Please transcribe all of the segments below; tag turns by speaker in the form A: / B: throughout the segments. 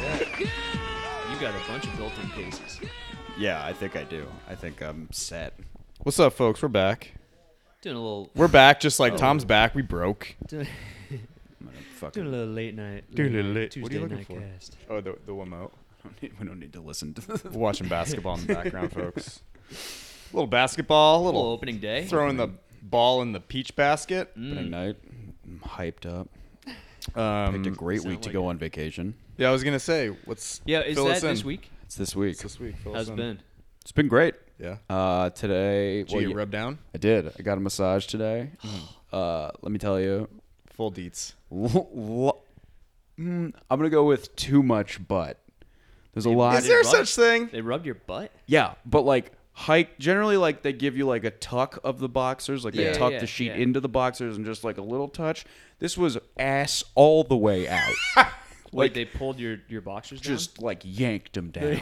A: You got a bunch of built-in cases.
B: yeah, I think I do. I think I'm set. What's up, folks? We're back.
A: Doing a little, Oh.
B: We're back, just like Tom's back. We broke.
A: doing,
B: I'm gonna
A: doing a
B: fucking.
A: little late night, late
B: Doing a little
A: night
B: late-
A: Tuesday
B: what are you looking
A: night
B: for?
A: cast.
B: Oh, the the remote. We don't need to listen to. We're watching basketball in the background, folks. A little basketball. A
A: Little
B: little
A: opening day.
B: throwing the ball in the peach basket.
C: Opening night. I'm hyped up.
A: Mm.
C: Picked a
B: Um,
C: great
A: Sound
C: week to
A: like
C: go
A: it.
C: on vacation.
B: yeah, I was gonna say, what's
A: Yeah, is
B: fill
A: that
B: us in.
A: this week?
C: It's this week.
B: It's this week. Fill
A: How's
B: us
A: it
B: in.
A: been?
C: It's been great.
B: Yeah.
C: Uh, today,
B: Did you
C: well,
B: get rubbed down?
C: I did. I got a massage today. Uh, let me tell you,
B: Full deets.
C: l- l- mm, I'm gonna go with too much butt. There's a lot.
B: Is there
A: rubbed?
B: such thing?
A: They rubbed your butt.
C: Yeah, but like hike generally like they give you like a tuck of the boxers, like
A: Yeah,
C: they tuck
A: yeah,
C: the sheet
A: yeah.
C: into the boxers and just like a little touch. This was ass all the way out.
A: Wait,
C: Like-
A: they pulled your your boxers down.
C: just like yanked him down.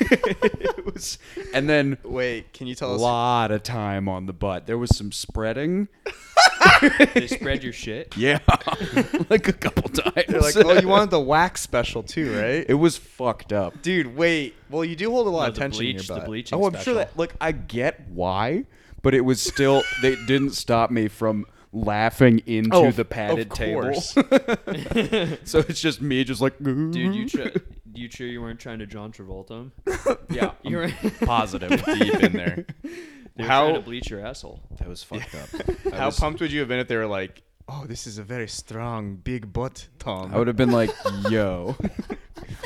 C: it was, and then
B: Wait, can you
C: a
B: tell us?
C: lot of time on the butt. There was some spreading.
A: they spread your shit.
C: Yeah, like "Oh, a couple times.
B: They're like, well, you wanted the wax special too, right?
C: it was fucked up.
B: Dude, wait. Well, you do hold a lot
A: No,
B: of
A: the
B: tension in
A: bleach-
B: your
A: the
B: butt.
A: bleaching
C: Oh, I'm
A: special.
C: sure that. Look, I get why, but it was still. they didn't stop me from laughing into
B: Oh,
C: the
B: of
C: padded table.
B: course.
C: so it's just me, just like,
A: Dude, you tr-
B: Mm-hmm.
A: you sure you weren't trying to John Travolta? 'em?
C: yeah,
A: You were
C: positive deep in there.
A: they were
B: How-
A: trying to bleach your asshole.
C: That was fucked up. I
B: How
C: was-
B: pumped would you have been if they were like, "Oh, this is a very strong, big butt, Tom"?
C: I would have been like, yo.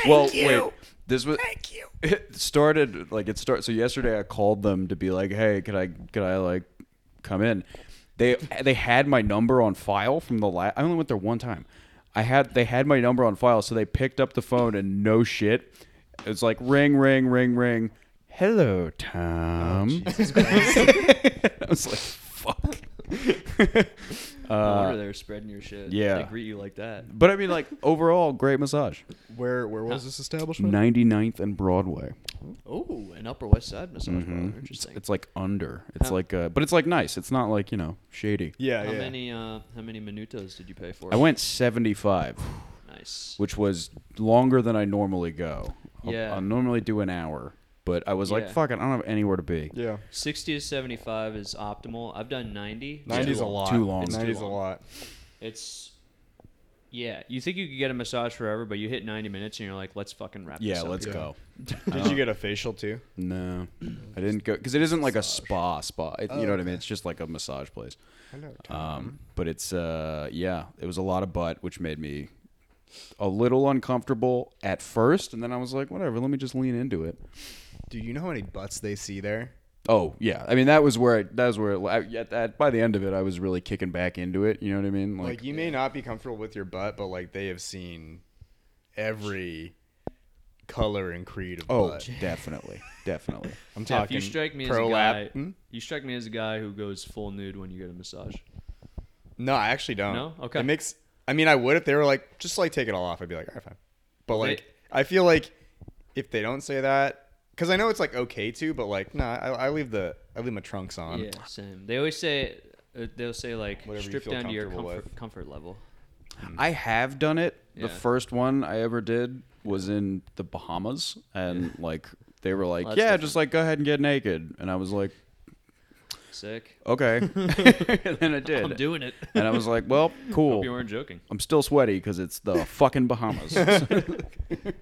C: well, wait. This was Thank you. It started like it started so yesterday I called them to be like, "Hey, could I could I like come in?" They they had my number on file from the last I only went there one time. I had they had my number on file, so they picked up the phone and no shit. It was like ring ring ring ring. Hello, Tom. I was like, "Fuck."
B: Uh,
A: no wonder they were spreading your shit.
C: yeah.
A: they greet you like that.
B: Mm-hmm.
C: But I mean like overall great massage.
B: Where where was this establishment?
C: 99th and Broadway.
A: Oh, an Upper West Side massage
B: Mm-hmm.
A: parlor. Interesting.
C: It's like under. It's like, uh, but it's like nice. It's not like you know shady.
B: Yeah,
A: how
B: yeah.
A: many uh, how many minutos did you pay for?
C: I
A: it?
C: went seventy five,
A: Nice.
C: which was longer than I normally go. I'll-
A: Yeah.
C: I normally do an hour, but I was like,
A: Yeah.
C: fuck it, I don't have anywhere to be.
B: Yeah,
A: 60 to 75 is optimal. I've done 90.
B: 90's a lot.
C: Too long. It's too
B: 90's a
A: long.
B: lot.
A: It's yeah. You think you could get a massage forever, but you hit 90 minutes and you're like, let's fucking wrap.
C: Yeah,
A: this up
C: let's
A: here.
C: go.
B: Did you get a facial too?
C: No, I didn't go because it isn't like a spa spa. It, you know what I mean? It's just like a massage place.
B: Hello,
C: Um, but it's uh, yeah, it was a lot of butt, which made me a little uncomfortable at first, and then I was like, whatever, let me just lean into it.
B: Do you know how many butts they see there?
C: Oh yeah, I mean that was where it, that was where it, I, at, at, by the end of it, I was really kicking back into it. You know what I mean?
B: Like, you may not be comfortable with your butt, but like they have seen every color and creed of
C: oh,
B: butt.
C: definitely, definitely.
B: I'm
A: Yeah, if
B: talking
A: you strike me as a guy,
B: prolap- Hmm?
A: you strike me as a guy who goes full nude when you get a massage.
B: No, I actually don't.
A: No? Okay.
B: It makes. I mean, I would if they were like, just like take it all off. I'd be like, all right, fine. But
A: They-
B: like, I feel like if they don't say that, because I know it's like okay to, but like, nah, I, I leave the I leave my trunks on.
A: Yeah, same. They always say uh, they'll say like
B: Um, Whatever you
A: strip
B: feel
A: down to your
B: comfortable
A: comfort,
B: with.
A: comfort level.
C: I have done it.
A: Yeah.
C: The first one I ever did was in the Bahamas, and like they were like,
A: Well, that's
C: yeah,
A: different.
C: just like go ahead and get naked, and I was like,
A: Sick.
C: okay, and then I did.
A: I'm doing it.
C: and I was like, well,
A: Hope you
C: cool.
A: weren't joking.
C: I'm still sweaty because it's the fucking Bahamas.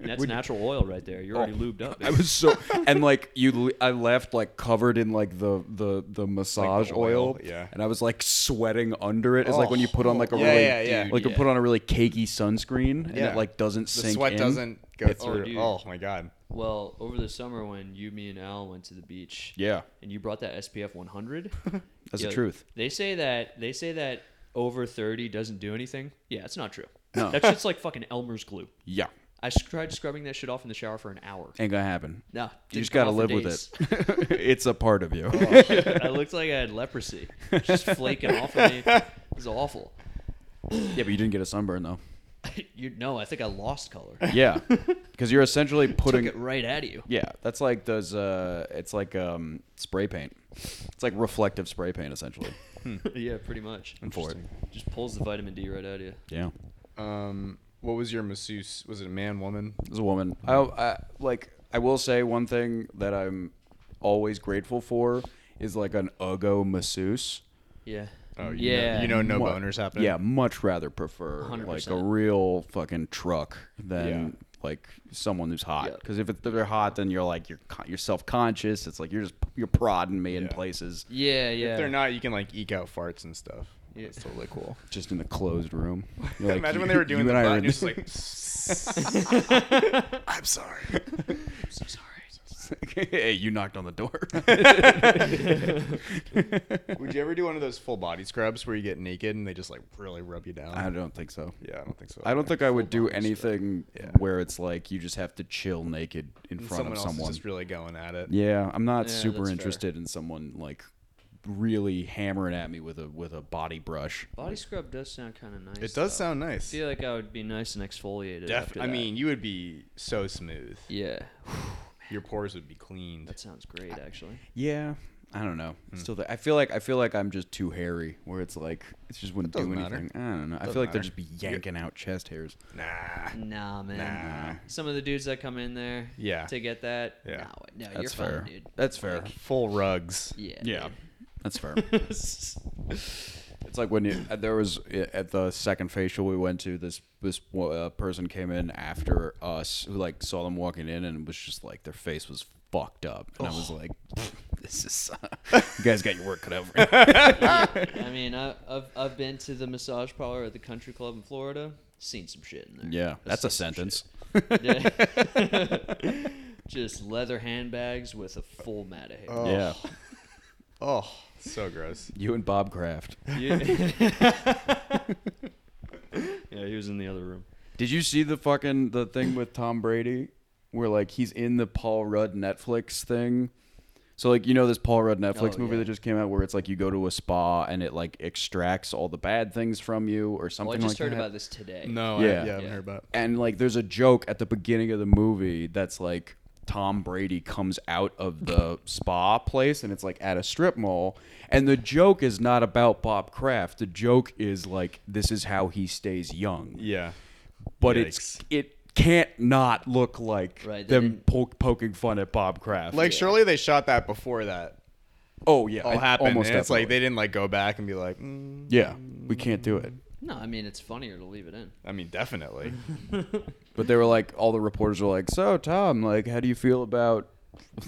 A: And that's natural oil right there. You're
B: Oh.
A: already lubed up.
C: I was so and like you le- I left like covered in like the the the massage
B: oil,
C: oil,
B: yeah.
C: and I was like sweating under it. It's like when you put on like a
B: Yeah,
C: really
B: yeah, yeah.
C: like you
A: Oh. Yeah.
C: put on a really cakey sunscreen and
B: Yeah.
C: it like doesn't
B: The
C: sink
B: sweat
C: in.
B: doesn't go
C: It's-
B: through.
A: dude.
B: Oh, my god.
A: Well, over the summer when you, me, and Al went to the beach,
C: Yeah.
A: and you brought that SPF 100.
C: That's
A: yeah,
C: the truth.
A: They say that they say that over 30 doesn't do anything. Yeah, it's not true.
C: No.
A: that shit's like fucking Elmer's glue.
C: Yeah.
A: I s- tried scrubbing that shit off in the shower for an hour.
C: Ain't gonna happen.
A: Nah,
C: You
A: didn't
C: just
A: come
C: gotta
A: off for
C: live with
A: days. Oh,
C: it. it's a part of you.
A: I looked like I had leprosy, just flaking off of me. It was awful.
C: yeah, but you didn't get a sunburn though.
A: you know, I think I lost color.
C: Yeah, because you're essentially
A: Took
C: putting
A: it right at you.
C: Yeah, that's like those. Uh, it's like um, spray paint. It's like reflective spray paint, essentially.
A: yeah, pretty much.
C: I'm for it.
A: Just pulls the vitamin D right out of you.
C: Yeah.
B: Um, what was your masseuse? Was it a man, woman?
C: as a woman.
A: Hmm.
C: I, I like I will say one thing that I'm always grateful for is like an Ugo masseuse.
A: Yeah.
B: Oh, you
A: yeah.
B: Know, you know, no
C: Mu-
B: boners happening.
C: Yeah, much rather prefer like a
A: 100%.
C: real fucking truck than
B: Yeah.
C: like someone who's hot.
A: Yeah.
C: Because if it, they're hot, then you're like you're con- you're self conscious. It's like you're just you're prodding me in
B: Yeah.
C: places
A: Yeah, yeah.
B: If they're not, you can like eke out farts and stuff.
A: Yeah.
B: It's totally cool.
C: just in the closed room. You're like,
B: Imagine
C: you-
B: when they were doing
C: you
B: the
C: and I
B: butt,
C: are
B: and
C: in
B: you're just
C: the-
B: like, I'm sorry.
C: hey, you knocked on the door.
B: Would you ever do one of those full body scrubs where you get naked and they just like really rub you down?
C: I don't think so.
B: yeah, I don't think so.
C: I don't think I would do
B: body strip.
C: anything
B: Yeah.
C: where it's like you just have to chill naked in
B: And
C: front
B: someone
C: of
B: else is
C: someone.
B: just really going at it.
C: Yeah, I'm not
A: Yeah, that's
C: super
A: fair.
C: interested in someone like really hammering at me with a with a body brush.
A: Body scrub does sound kind of nice.
B: it does
A: though.
B: sound
A: I
B: nice.
A: feel like I would be nice and exfoliated.
B: Def-
A: after
B: I
A: that.
B: mean, you would be so smooth.
A: yeah,
B: Your pores would be cleaned.
A: that sounds great actually.
C: Yeah, I don't know.
B: Hmm.
C: Still, th- I feel like I feel like I'm just too hairy. Where it's like it's just wouldn't
B: doesn't
C: do
B: matter.
C: anything. I don't know. I
B: Doesn't
C: feel like they'll
B: matter.
C: just be yanking out chest hairs.
B: Nah.
A: Nah, man. Some of the dudes that come in there,
B: Yeah.
A: to get that,
B: Yeah.
A: no, no, you're
C: That's fair.
A: fine, dude.
C: That's fair.
B: Full rugs.
A: Yeah,
C: yeah, that's fair.
A: dude.
C: It's like when you, uh, there was uh, at the second facial we went to. This this uh, person came in after us who like saw them walking in and was just like their face was fucked up, and I
A: Oh.
C: was like, "This is uh, you guys got your work cut out." For you."
A: I mean, I, I've I've been to the massage parlor at the country club in Florida. Seen some shit in there.
C: yeah, that's a
A: Seen some
C: sentence.
A: shit. Yeah. Just leather handbags with a full mat of hair.
C: Yeah,
B: Oh, so gross.
C: you and Bob Kraft.
A: yeah, he was in the other room.
C: Did you see the fucking the thing with Tom Brady where like he's in the Paul Rudd Netflix thing? So like you know this Paul Rudd Netflix
A: Oh,
C: movie
A: yeah.
C: that just came out where it's like you go to a spa and it like extracts all the bad things from you or
A: Well, I
C: something
A: just
C: like
A: heard
C: that.
A: about this today.
B: No, I,
C: Yeah.
B: yeah, I haven't
A: Yeah.
B: heard about.
C: and like there's a joke at the beginning of the movie that's like Tom Brady comes out of the spa place and it's like at a strip mall and the joke is not about Bob Kraft the joke is like this is how he stays young
B: Yeah.
C: but it's
B: Yikes.
C: it can't not look like
A: Right, they
C: them
A: didn't-
C: po- poking fun at Bob Kraft.
B: Like surely they shot that before that
C: oh yeah,
B: all
C: I-
B: happened.
C: Almost
B: and it's like they
C: definitely.
B: didn't like go back and be like, mm.
C: yeah, we can't do it.
A: No, I mean it's funnier to leave it in.
B: I mean, definitely.
C: But they were like, all the reporters were like, so Tom, like, how do you feel about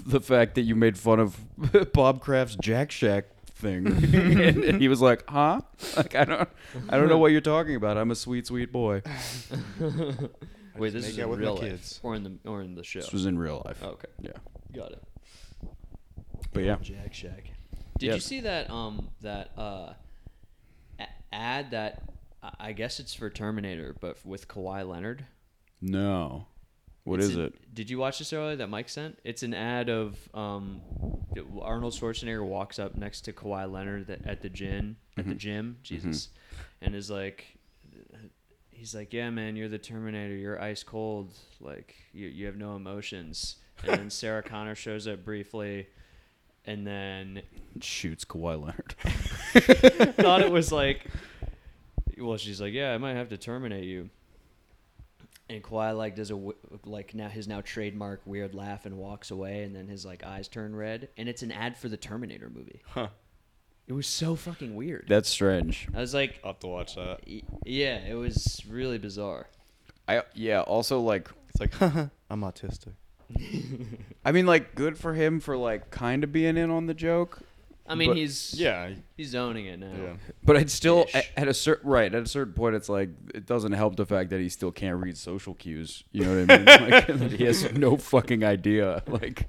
C: the fact that you made fun of Bob Kraft's Jack Shack? thing and, and he was like huh like i don't i don't know what you're talking about i'm a sweet sweet boy
A: Wait, this
B: make
A: is
B: out
A: in
B: with my
A: real life,
B: kids.
A: or in the or in the show.
C: this was in real life
A: Okay.
C: yeah
A: Got it.
C: but yeah
A: Jack Shack. Did
C: Yeah.
A: you see that um that uh a- ad that I- I guess it's for Terminator, but with Kawhi Leonard?
C: no what is
A: It's an-
C: it
A: Did you watch this earlier that Mike sent? It's an ad of um, Arnold Schwarzenegger walks up next to Kawhi Leonard that- at the gym, at
C: Mm-hmm.
A: the gym, Jesus, and is like, he's like, yeah, man, you're the Terminator, you're ice cold, like you you have no emotions. And then Sarah Connor shows up briefly, and then
C: shoots Kawhi Leonard
A: thought it was like, well, she's like, yeah, I might have to terminate you. And Kawhi like does a w- like now his now trademark weird laugh and walks away, and then his like eyes turn red, and it's an ad for the Terminator movie.
B: Huh.
A: It was so fucking weird.
C: that's strange
A: I was like,
B: I'll have to watch that.
A: y- yeah, it was really bizarre.
C: I yeah. Also, like,
B: It's like, haha, I'm autistic.
C: I mean, like, good for him for like kind of being in on the joke,
A: I mean,
C: But-
A: he's
B: Yeah.
A: he's owning it now.
B: Yeah.
C: but I'd still
A: Ish.
C: at, at a certain right at a certain point, it's like it doesn't help the fact that he still can't read social cues. You know what I mean? like, that he has no fucking idea. Like,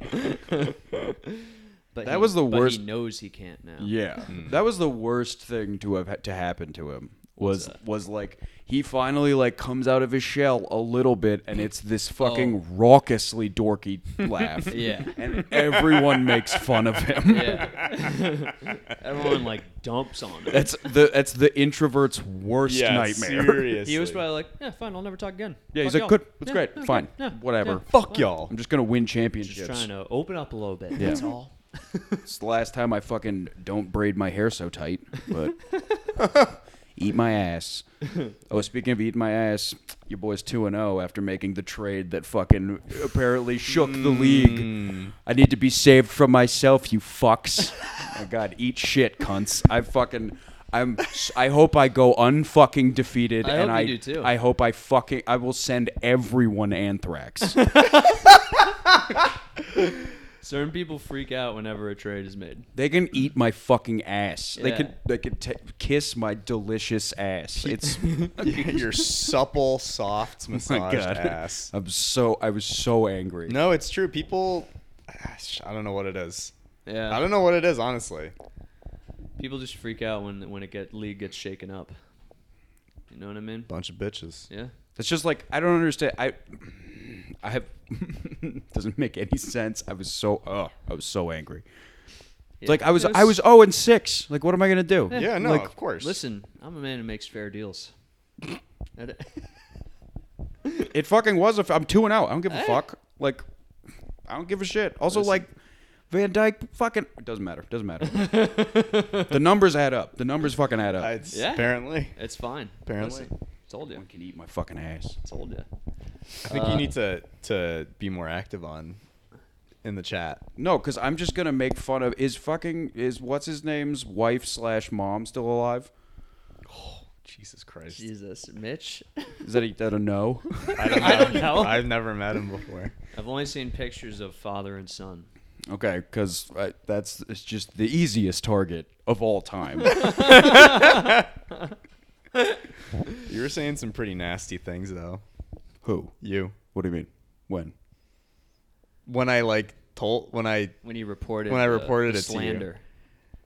A: But
C: That
A: he-
C: was the
A: but
C: worst-
A: He knows he can't now.
C: yeah, that was the worst thing to have ha- to happen to him. Was was like he finally like comes out of his shell a little bit, and it's this fucking raucously dorky laugh.
A: Oh. Yeah.
C: and everyone makes fun of him.
A: Yeah. Everyone like dumps on him.
C: That's the that's the introvert's worst nightmare.
B: Seriously.
A: He was probably like, yeah, fine, I'll never talk again.
C: Yeah, he's
A: Fuck
C: like,
A: y'all."
C: good, that's
A: Yeah,
C: great,
A: yeah,
C: fine,
A: yeah,
C: whatever.
A: yeah.
B: Fuck y'all.
C: I'm just gonna win championships.
A: Just trying to open up a little bit. That's all.
C: It's the last time I fucking don't braid my hair so tight. But Eat my ass. oh, speaking of eating my ass, your boy's 2 and 0 after making the trade that fucking apparently shook the league. I need to be saved from myself, you fucks. oh god, eat shit, cunts. I fucking I'm I hope I go unfucking defeated
A: I
C: and
A: hope
C: I
A: you do, too.
C: I hope I fucking I will send everyone anthrax.
A: Certain people freak out whenever a trade is made.
C: They can eat my fucking ass. They
A: Yeah.
C: could they could ta kiss my delicious ass. It's
B: Your supple, soft
C: my
B: massage
C: god.
B: ass.
C: I'm so I was so angry.
B: No, it's true. People, Gosh, I don't know what it is.
A: Yeah,
B: I don't know what it is, honestly.
A: people just freak out when when it get league gets shaken up. You know what I mean?
B: Bunch of bitches.
A: Yeah.
C: It's just like I don't understand. I I have doesn't make any sense. I was so oh, I was so angry. It's Like I was I was 0 and 6. Like what am I going to do?
B: Yeah, no,
C: Like,
B: of course.
A: Listen, I'm a man who makes fair deals. That-
C: It fucking was a f- I'm 2 and 0. I don't give a
A: Eh.
C: fuck. Like I don't give a shit. Also
A: Listen.
C: like Van Dyke fucking it doesn't matter. Doesn't matter. the numbers add up. The numbers fucking add up.
B: Uh, It's
A: Yeah.
B: apparently.
A: it's fine.
B: Apparently.
A: Listen, told you.
C: One can eat my fucking ass.
A: Told you.
B: I think
A: Uh,
B: you need to to be more active on in the chat.
C: No, because I'm just gonna make fun of is fucking is what's his name's wife slash mom still alive?
B: Jesus Christ.
A: Jesus, Mitch.
C: Is that a, that a no?
B: I don't know.
A: I don't know.
B: I've never met him before.
A: I've only seen pictures of father and son.
C: okay, because that's it's just the easiest target of all time.
B: You were saying some pretty nasty things though.
C: Who?
B: You.
C: What do you mean? When?
B: When I like told when I
A: When you reported,
B: When I
A: the-
B: reported
A: the
B: it to you.
A: slander,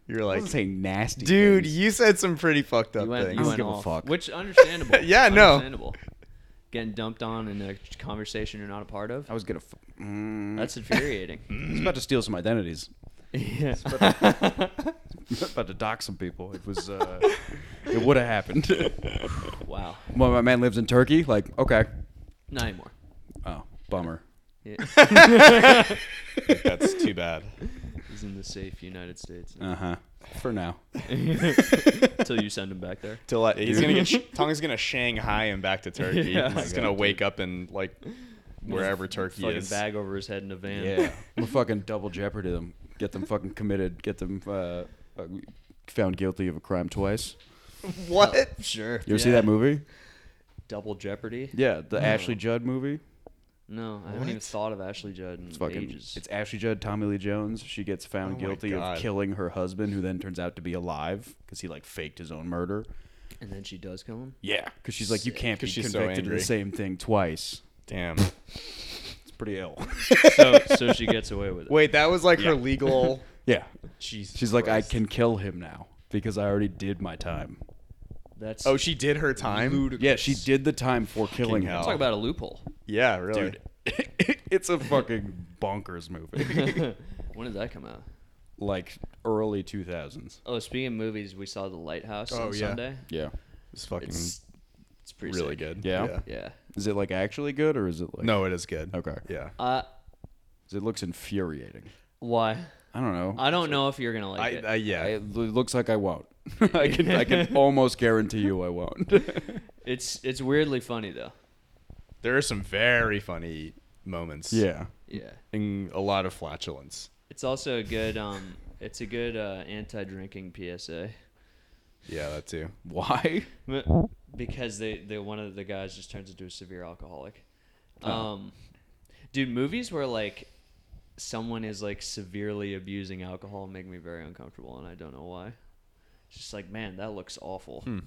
B: you're like
C: saying nasty.
B: Dude,
C: things.
B: you said some pretty fucked up
A: you went, you
B: things.
A: went
C: give a
A: off,
C: fuck.
A: which understandable.
B: Yeah, no.
A: understandable. Getting dumped on in a conversation you're not a part of.
C: I was gonna. F- mm,
A: That's infuriating.
C: I was about to steal some identities.
A: yeah.
C: about to dox some people. It was. Uh, it would have happened.
A: Wow.
C: well, my man lives in Turkey. Like, okay.
A: Not anymore.
C: Oh, bummer.
A: Yeah.
B: That's too bad.
A: He's in the safe United States
C: Uh huh. For now. Uh.
A: until you send him back there.
B: Till I, he's gonna get sh- Tong's gonna Shanghai him back to Turkey.
A: Yeah.
B: He's gonna wake up in like wherever Turkey
A: Fucking
B: is.
A: bag over his head in a van.
C: Yeah, we'll fucking double jeopardy them. Get them fucking committed. Get them uh, uh, found guilty of a crime twice.
B: What?
A: Sure.
C: You ever see that
A: Yeah.
C: movie?
A: Double Jeopardy?
C: Yeah, the Ashley Judd movie.
A: No, I haven't even thought of Ashley Judd in
C: It's fucking.
A: ages.
C: It's Ashley Judd, Tommy Lee Jones. She gets
B: Oh
C: found
B: my
C: guilty of
B: God.
C: killing her husband, who then turns out to be alive because he like faked his own murder.
A: and then she does kill him.
C: Yeah, because she's like, you can't be
B: 'Cause she's so
C: convicted of
B: angry.
C: the same thing twice.
B: Damn.
C: It's pretty ill.
A: So, so she gets away with it.
B: Wait, that was like her legal.
C: yeah,
B: Jesus.
C: she's like, I
B: Christ.
C: can kill him now because I already did my time.
A: That's
B: Oh, she did her time.
C: Yeah, she did the time for killing him.
B: hell.
A: talk about a loophole.
B: Yeah, really.
C: dude. it's a fucking bonkers movie.
A: When did that come out?
C: like early 2000s.
A: Oh, speaking of movies, we saw The Lighthouse
B: Oh,
A: on
B: yeah.
A: Sunday.
C: Yeah. Mm.
B: It's fucking
A: It's it's pretty
B: really
A: sick.
B: good.
C: Yeah?
A: Yeah.
C: Is it like actually good or is it like
B: No, it is good.
C: Okay.
B: Yeah.
A: Uh,
C: It looks infuriating.
A: why?
C: I don't know.
A: I don't know if you're gonna like
B: I,
A: it.
B: I yeah.
C: I- it looks like I won't. I can I can almost guarantee you I won't.
A: it's it's weirdly funny though.
B: there are some very funny moments.
C: yeah.
A: Yeah.
B: And a lot of flatulence.
A: It's also a good um. It's a good uh, anti-drinking PSA.
B: Yeah, that too.
C: Why?
A: M- because they, they one of the guys just turns into a severe alcoholic.
B: Oh.
A: Um, dude, movies where like someone is like severely abusing alcohol make me very uncomfortable, and I don't know why. It's just like, man, that looks awful.
B: Hmm.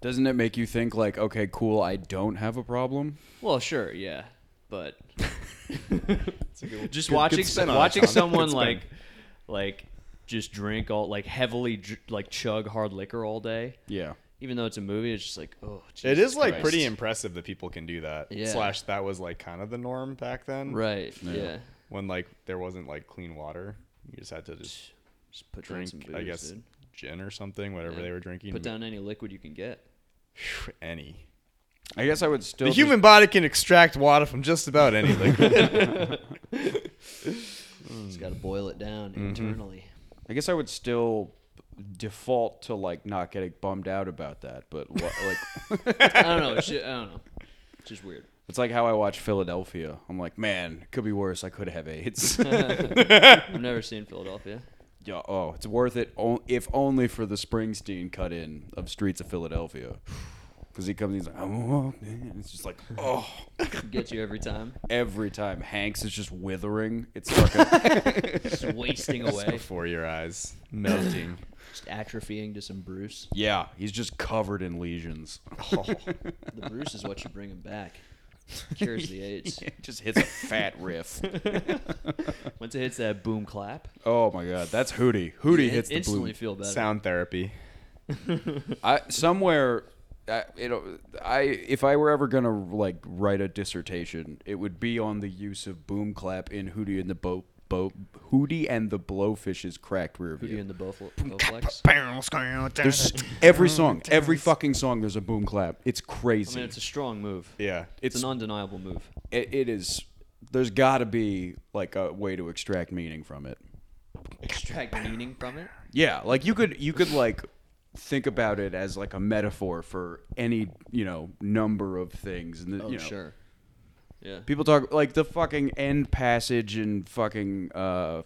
C: Doesn't it make you think like, okay, cool, I don't have a problem?
A: Well, sure, yeah, but just
B: good-
A: watching
B: good spin on it,
A: watching
B: Tom. Good
A: someone
B: spin.
A: like like just drink all like heavily dr- like chug hard liquor all day,
C: Yeah.
A: even though it's a movie, it's just like, oh,
B: it
A: Jesus
B: is like
A: Christ.
B: pretty impressive that people can do that.
A: Yeah.
B: Slash, that was like kind of the norm back then.
A: right, yeah.
B: When like there wasn't like clean water, you just had to just
A: Just put
B: drink.
A: down some booze,
B: I guess
A: dude.
B: gin or something, whatever
A: Yeah.
B: they were drinking.
A: Put down any liquid you can get.
B: any.
C: I guess I would still
B: The
C: just-
B: human body can extract water from just about any liquid. Mm-hmm.
A: Just got to boil it down internally.
C: I guess I would still default to like not getting bummed out about that, but what, like
A: I don't know. It's ju- I don't know. It's just weird.
C: it's like how I watch Philadelphia. I'm like, man, it could be worse. I could have AIDS.
A: I've never seen Philadelphia.
C: yeah, oh, it's worth it on- if only for the Springsteen cut in of Streets of Philadelphia. Because he comes, he's like, oh, man. it's just like, oh,
A: Gets you every time.
C: every time Hanks is just withering. It's fucking
A: Just wasting away.
B: Before your eyes, melting.
A: Just atrophying to some Bruce.
C: yeah, he's just covered in lesions.
A: The Bruce is what should bring him back. Cures the AIDS.
C: just hits a fat riff.
A: Once it hits that boom clap,
C: Oh my god, that's Hootie. Hootie
A: you
C: hits the blue.
A: instantly feel better.
B: Sound therapy.
C: I somewhere, I, you know, I if I were ever gonna like write a dissertation, it would be on the use of boom clap in Hootie and the Bo Bo Hootie and the Blowfish's cracked rear
A: Hootie
C: view.
A: and the Bowfl- Bowflex.
C: There's every song, every fucking song. There's a boom clap. It's
A: I
C: crazy.
A: mean, it's a strong move.
B: Yeah.
A: It's, an undeniable move.
C: it, it is. There's got to be like a way to extract meaning from it.
A: Extract meaning from it.
C: Yeah, like you could you could like think about it as like a metaphor for any you know number of things. And the,
A: Oh,
C: you know,
A: sure. Yeah.
C: People talk like the fucking end passage in fucking uh,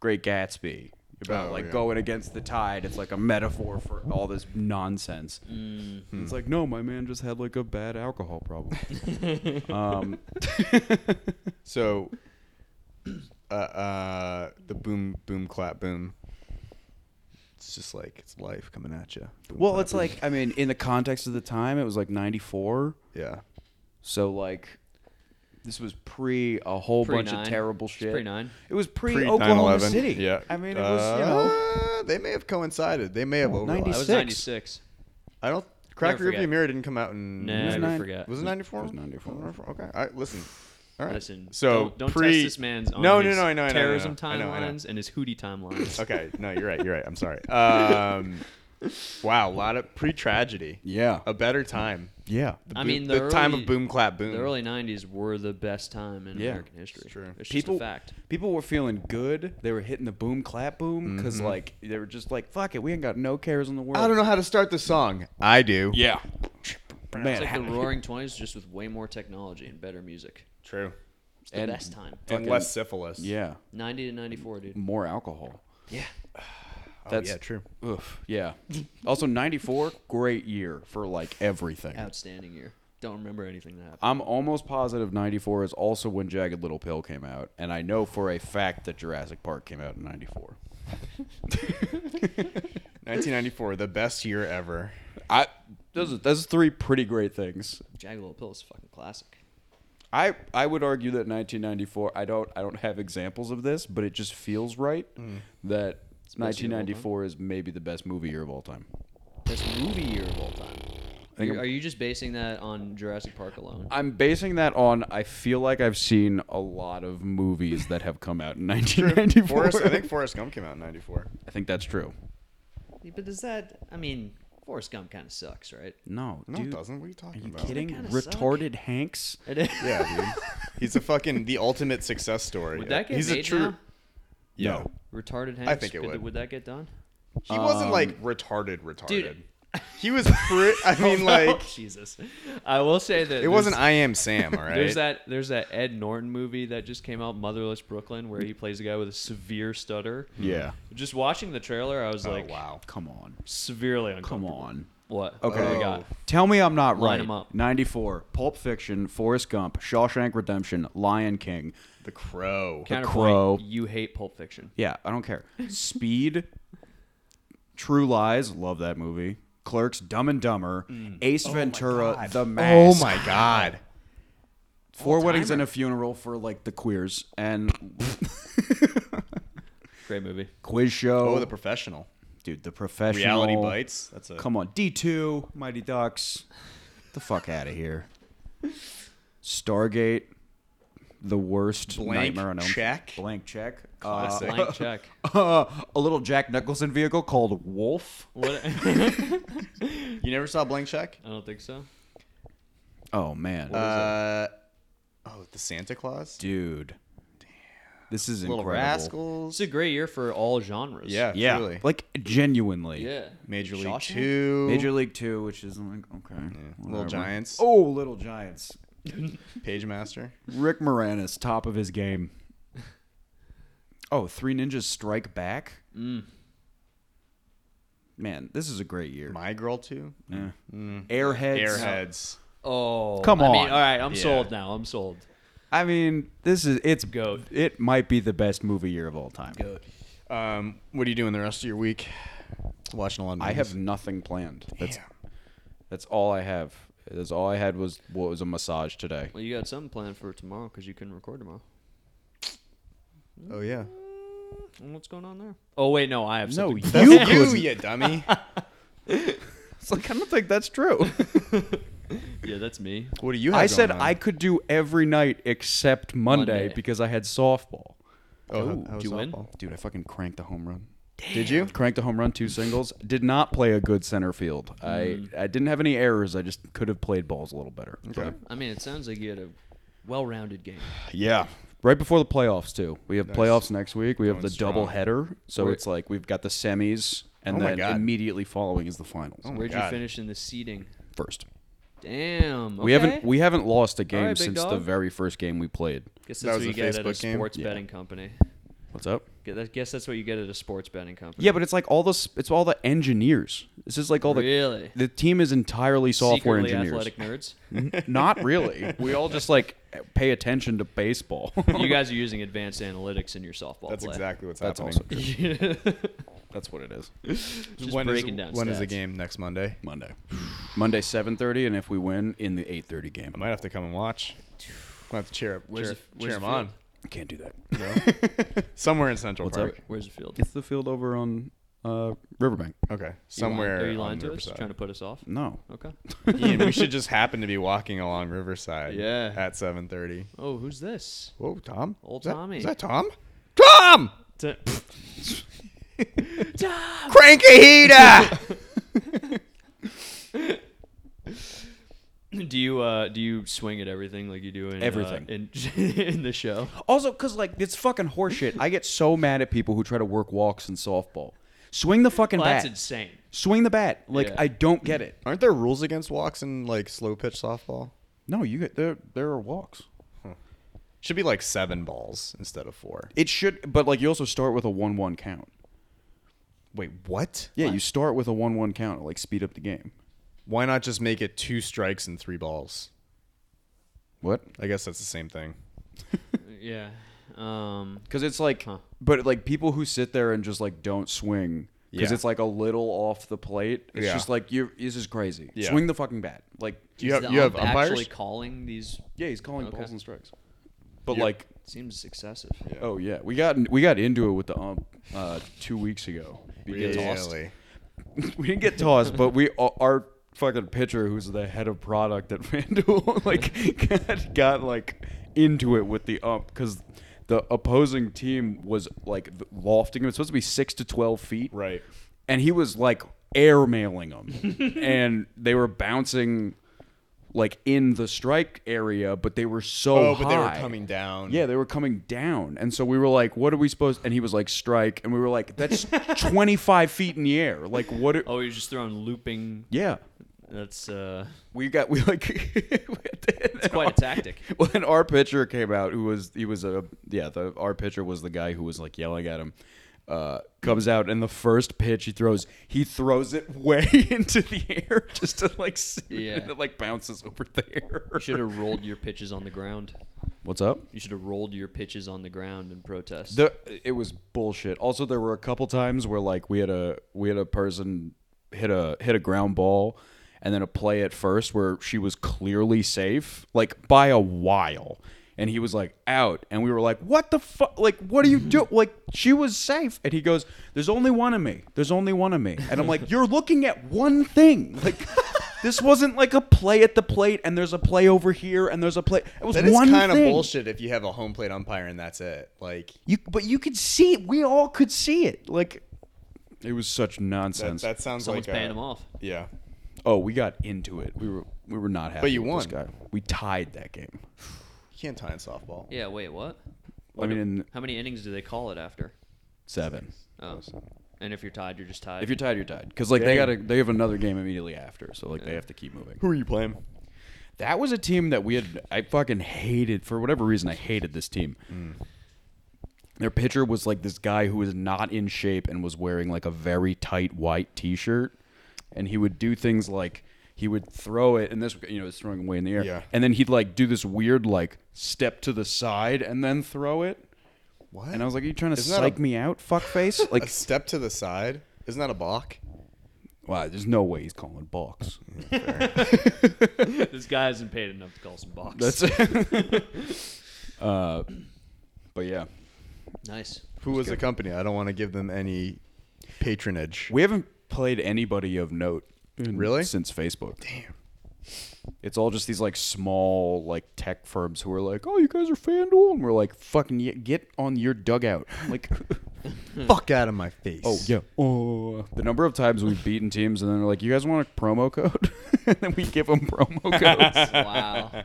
C: Great Gatsby about
B: Oh,
C: like
B: yeah.
C: going against the tide. It's like a metaphor for all this nonsense.
A: Mm-hmm.
C: It's like no, my man just had like a bad alcohol problem. um,
B: So, uh, uh, the boom, boom, clap, boom. It's just like it's life coming at you.
C: well, it's like I mean, in the context of the time, it was like '94,
B: yeah,
C: so like this was pre a whole
A: Pre
C: bunch
A: nine.
C: of terrible
A: It's
C: shit.
A: pre nine.
C: It was pre,
B: Pre-
C: Oklahoma
B: 9/11.
C: City.
B: Yeah,
C: I mean, it was you
B: Uh,
C: know.
B: they may have coincided. They may have overlapped.
A: That was
C: 96.
A: 96.
B: I don't. Crack
A: Never
B: Rearview
A: forget.
B: Mirror didn't come out in.
A: Never
C: nine-
A: forget.
B: Was it ninety four?
C: It was 94.
B: Okay. All right. Listen. All right.
A: Listen.
B: So
A: don't, don't
B: pre-
A: test this man's on
B: no,
A: his
B: no, no, no, no,
A: terrorism
B: no, no, no, I know, I know.
A: timelines and his Hootie timelines.
B: Okay. No, you're right. You're right. I'm sorry. Um, wow. A lot of pre tragedy.
C: Yeah.
B: A better time.
C: Yeah.
B: The
A: I
B: boom-
A: mean,
B: the,
A: the
B: time
A: early-
B: of boom clap boom.
A: The early '90s were the best time in
C: Yeah,
A: American history.
B: it's true.
A: It's
C: people
A: just a fact.
C: people were feeling good. They were hitting the boom clap boom because
A: Mm-hmm.
C: like they were just like fuck it, we ain't got no cares in the world.
B: I don't know how to start the song. I do.
C: Yeah,
A: It's
C: man.
A: like the
C: ha-
A: Roaring Twenties, just with way more technology and better music.
B: True.
A: It's the
C: And-
A: best time.
C: Fucking-
B: And Mm. less syphilis.
C: yeah,
A: '90 to '94, dude.
C: more alcohol.
A: Yeah.
B: Oh,
C: That's-
B: yeah. True.
C: Oof. Yeah. also, '94, great year for like everything.
A: Outstanding year. Don't remember anything that happened.
C: I'm almost positive '94 is also when Jagged Little Pill came out, and I know for a fact that Jurassic Park came out in '94.
B: 1994, the best year ever.
C: I those are, those are three pretty great things.
A: Jagged Little Pill is a fucking classic.
C: I, I would argue that 1994. I don't I don't have examples of this, but it just feels right
B: Mm.
C: that
A: best year of all
C: 1994 is maybe the best movie year of all time.
A: Best movie year of all time.
C: think
A: Are
C: I'm-
A: are you just basing that on Jurassic Park alone?
C: I'm basing that on I feel like I've seen a lot of movies that have come out in 1994.
B: Forrest, I think Forrest Gump came out in 94.
C: I think that's true.
A: Yeah, but does that? I mean, Forrest Gump kind of sucks, right?
C: No,
B: No,
C: dude,
B: it doesn't. What are you talking
C: Are you
B: about?
C: kidding?
A: kinda suck.
C: Retarded Hanks.
A: It is.
B: Yeah, dude. He's a fucking the ultimate success story.
A: Would that get
B: He's
A: made
B: a true.
A: now?
B: Yeah.
C: No.
A: Retarded Hanks.
B: think it
A: could-
B: would.
A: that get done?
B: He wasn't like retarded, retarded. Oh,
A: Dude.
B: Um,
A: oh,
B: He was pretty. I mean, like
A: Jesus. I will say that
B: it wasn't. I am Sam. All right.
A: There's that there's that Ed Norton movie that just came out, Motherless Brooklyn, where he plays a guy with a severe stutter.
C: Yeah.
A: Just watching the trailer, I was
B: Oh
A: like,
B: wow.
C: Come on.
A: severely
C: Come
A: uncomfortable.
C: on.
A: What?
C: Okay.
A: What do we got?
C: Oh. Tell me I'm not
A: Line
C: right.
A: 'em up.
C: 94, Pulp Fiction, Forrest Gump, Shawshank Redemption, Lion King.
B: The Crow.
A: Counterpoint,
C: Crow.
A: You hate Pulp Fiction.
C: Yeah, I don't care. Speed, True Lies, love that movie. Clerks, Dumb and Dumber,
B: Mm.
C: Ace Ventura, The
B: Oh
C: Mask,
B: my God.
C: Four Weddings and a Funeral for like the queers and
A: Great movie.
C: quiz show.
B: Oh, the professional.
C: Dude, The Professional,
B: Reality bites. That's a.
C: Come on, D two, Mighty Ducks, the fuck out of here. Stargate, the worst
B: Blank
C: nightmare on Elm
B: Check.
C: Blank check. Uh,
B: Classic.
A: Blank check.
C: a little Jack Nicholson vehicle called Wolf.
A: What? I
B: You never saw Blank Check?
A: don't think so.
C: Oh man,
B: Uh, oh, the Santa Claus.
C: dude. This is
B: Little
C: incredible.
A: It's
B: Rascals.
A: a great year for all genres.
B: Yeah,
C: Yeah,
B: truly.
C: like genuinely.
A: Yeah.
B: Major League
A: Shawshank?
B: Two.
C: Major League Two, which is like okay,
B: Little
C: whatever.
B: Giants.
C: Oh, Little Giants.
B: Page Master.
C: Rick Moranis, top of his game. Oh, Three Ninjas Strike Back. Mm. Man, this is a great year.
B: My Girl Two.
C: Yeah. Mm. Airheads.
B: Airheads.
A: Oh.
C: Come
A: I mean,
C: on.
A: all right, I'm
B: Yeah.
A: sold now. I'm sold.
C: I mean, this is it's
A: Goat.
C: It might be the best movie year of all time.
B: Um, what are you doing the rest of your week? Watching a lot of
C: I
B: movies.
C: have nothing planned. That's
B: Damn.
C: that's all I have. That's all I had was what was a massage today.
A: Well, you got something planned for tomorrow because you couldn't record tomorrow.
B: Oh yeah.
A: And what's going on there? Oh wait, no, I have
C: No,
A: something.
C: you
B: That's you,
C: couldn't.
B: you dummy.
C: It's like I don't think that's true.
A: Yeah, that's me.
B: What do you? Have
C: I said
B: going on?
C: I could do every night except Monday,
A: Monday.
C: because I had softball.
B: Oh, how-
A: Ooh,
B: how
A: do you
B: was
A: win?
B: softball?
C: Dude, I fucking cranked the home run.
B: Did you?
C: Cranked the home run, two singles. Did not play a good center field.
A: Mm.
C: I I didn't have any errors. I just could have played balls a little better.
B: Okay.
A: I mean, it sounds like you had a well-rounded game.
C: Yeah. Right before the playoffs too. We have playoffs next week. We have
B: Going
C: the
B: strong.
C: double header. So
A: Wait.
C: it's like we've got the semis and
B: Oh my
C: then
B: God. Oh,
C: immediately following is the finals.
A: Where'd you
B: God.
A: finish in the seeding?
C: First.
A: Damn.
C: We
A: okay.
C: haven't we haven't lost a game
A: right, big
C: since the
A: dog.
C: very first game we played.
A: Guess
B: That
A: that's
B: was
A: what you
B: a
A: get at a
B: Facebook game?
A: sports
C: Yeah.
A: betting company.
C: What's up?
A: Gu- that- Guess that's what you get at a sports betting company.
C: Yeah, but it's like all this it's all the engineers. This is like all the
A: Really?
C: the team is entirely software
A: Secretly
C: engineers.
A: athletic nerds.
C: N- Not really. We all just like pay attention to baseball.
A: you guys are using advanced analytics in your softball
B: That's
A: play.
B: exactly what's
C: That's
B: happening.
C: also true. That's what it is.
A: Just
B: when is-
A: breaking down
B: when is the
A: stats.
B: game next Monday?
C: Monday. Monday 7:30 and if we win in the 8:30 game.
B: I might have to come and watch. I have to cheer up,
A: Where's
B: cheer,
A: the-
B: cheer
A: where's the
B: him on.
C: I can't do that.
B: Somewhere in Central
C: What's
B: Park.
A: Where's the field?
C: It's the field over on uh, Riverbank.
B: Okay,
A: You lying-
B: somewhere.
A: Are you
B: on
A: lying to us?
B: Riverside.
A: Trying to put us off?
C: No.
A: Okay.
B: Ian, we should just happen to be walking along Riverside.
A: Yeah.
B: At seven thirty.
A: Oh, who's this?
B: Whoa, Tom.
A: Old
B: Is that-
A: Tommy.
B: Is that Tom? Tom,
A: Ta-
B: crank a heater.
A: do you uh, do you swing at everything like you do in uh,
C: Everything.
A: in, in the show?
C: Also, because, like, it's fucking horseshit. I get so mad at people who try to work walks in softball. Swing the fucking
A: Well, that's
C: bat.
A: insane.
C: Swing the bat. Like,
A: Yeah.
C: I don't get it.
B: Aren't there rules against walks in like slow pitch softball?
C: No, you get there. There are walks.
B: Should be like seven balls instead of four.
C: It should, but like, you also start with a one-one count.
B: Wait, what?
C: Yeah, you start with a one-one count. Like, speed up the game.
B: Why not just make it two strikes and three balls?
C: What?
B: I guess that's the same thing.
A: Yeah. Um,
C: Because it's like,
A: Huh.
C: but like people who sit there and just like don't swing because
B: Yeah.
C: it's like a little off the plate. It's
B: Yeah.
C: just like you. This is crazy.
B: Yeah.
C: Swing the fucking bat. Like,
B: You
A: is
B: have
A: the
B: you have
A: ump actually
B: umpires.
A: calling these
C: yeah, he's calling
A: Okay.
C: balls and strikes. But
B: Yeah.
C: like,
A: seems excessive.
C: Oh yeah, we got we got into it with the ump uh, two weeks ago. We didn't get tossed.
B: Really?
C: we didn't get tossed, but we uh, our fucking pitcher, who's the head of product at FanDuel, like got, got like into it with the ump because the opposing team was like lofting him. It's supposed to be six to twelve feet,
B: Right.
C: And he was like air mailing them, and they were bouncing like in the strike area, but they were so
B: Oh, but they were
C: high.
B: coming down.
C: Yeah, they were coming down. And so we were like, what are we supposed and he was like, strike. And we were like, that's 25 feet in the air. Like what are,
A: Oh, you're just throwing looping.
C: Yeah.
A: That's uh,
C: We got we like it's
A: quite a tactic.
C: When our pitcher came out, who was he was a yeah, the our pitcher was the guy who was like yelling at him. Uh, comes out and the first pitch he throws, he throws it way into the air just to like see
A: Yeah.
C: and it like bounces over there.
A: should have rolled your pitches on the ground.
C: What's up?
A: You should have rolled your pitches on the ground in protest.
C: The, it was bullshit. Also, there were a couple times where like we had a we had a person hit a hit a ground ball, and then a play at first where she was clearly safe, like by a while, and he was like out, and we were like, "What the fuck? Like, what are you doing? Like, she was safe." And he goes, "There's only one of me. There's only one of me." And I'm like, "You're looking at one thing, like." This wasn't like a play at the plate, and there's a play over here, and there's a play. It was
B: That is
C: one
B: kind of
C: thing.
B: bullshit if you have a home plate umpire and that's it. Like
C: You, but you could see it. We all could see it. Like, it was such nonsense.
B: that sounds
A: Someone's
B: like
A: paying
B: a,
A: them off.
B: Yeah.
C: oh, we got into it. We were we were not happy.
B: you
C: with this
B: won.
C: guy. We tied that game.
B: You can't tie in softball.
A: Yeah. Wait. What?
C: I mean, in
A: How many innings do they call it after?
C: seven.
A: Oh. And if you're tied, you're just tied.
C: If you're tired, you're tired. Because like they
B: Dang.
C: gotta, they have another game immediately after, so like they
A: Yeah.
C: have to keep moving.
B: Who are you playing?
C: That was a team that we had. I fucking hated for whatever reason. I hated this team.
B: Mm.
C: Their pitcher was like this guy who was not in shape and was wearing like a very tight white T-shirt, and he would do things like he would throw it, and this you know it's throwing away in the air,
B: Yeah.
C: and then he'd like do this weird like step to the side and then throw it.
B: What?
C: And I was like, "Are you trying to
B: Isn't that
C: psych
B: a-
C: me out, fuckface?" Like,
B: a step to the side. Isn't that a balk?
C: wow, there's no way he's calling balks.
A: this guy isn't paid enough to call some box.
C: That's it. uh, but yeah,
A: nice.
B: Who was the company? I don't want to give them any patronage.
C: we haven't played anybody of note in-
B: Really?
C: since Facebook. Mm. Damn. It's all just these like small like tech firms who are like, "Oh, you guys are FanDuel," and we're like, "Fucking ye- get on your dugout!" Like,
A: Hmm.
B: Fuck out of my face.
C: oh yeah, oh. The number of times we've beaten teams and then they're like, "You guys want a promo code?" and then we give them promo codes.
A: wow.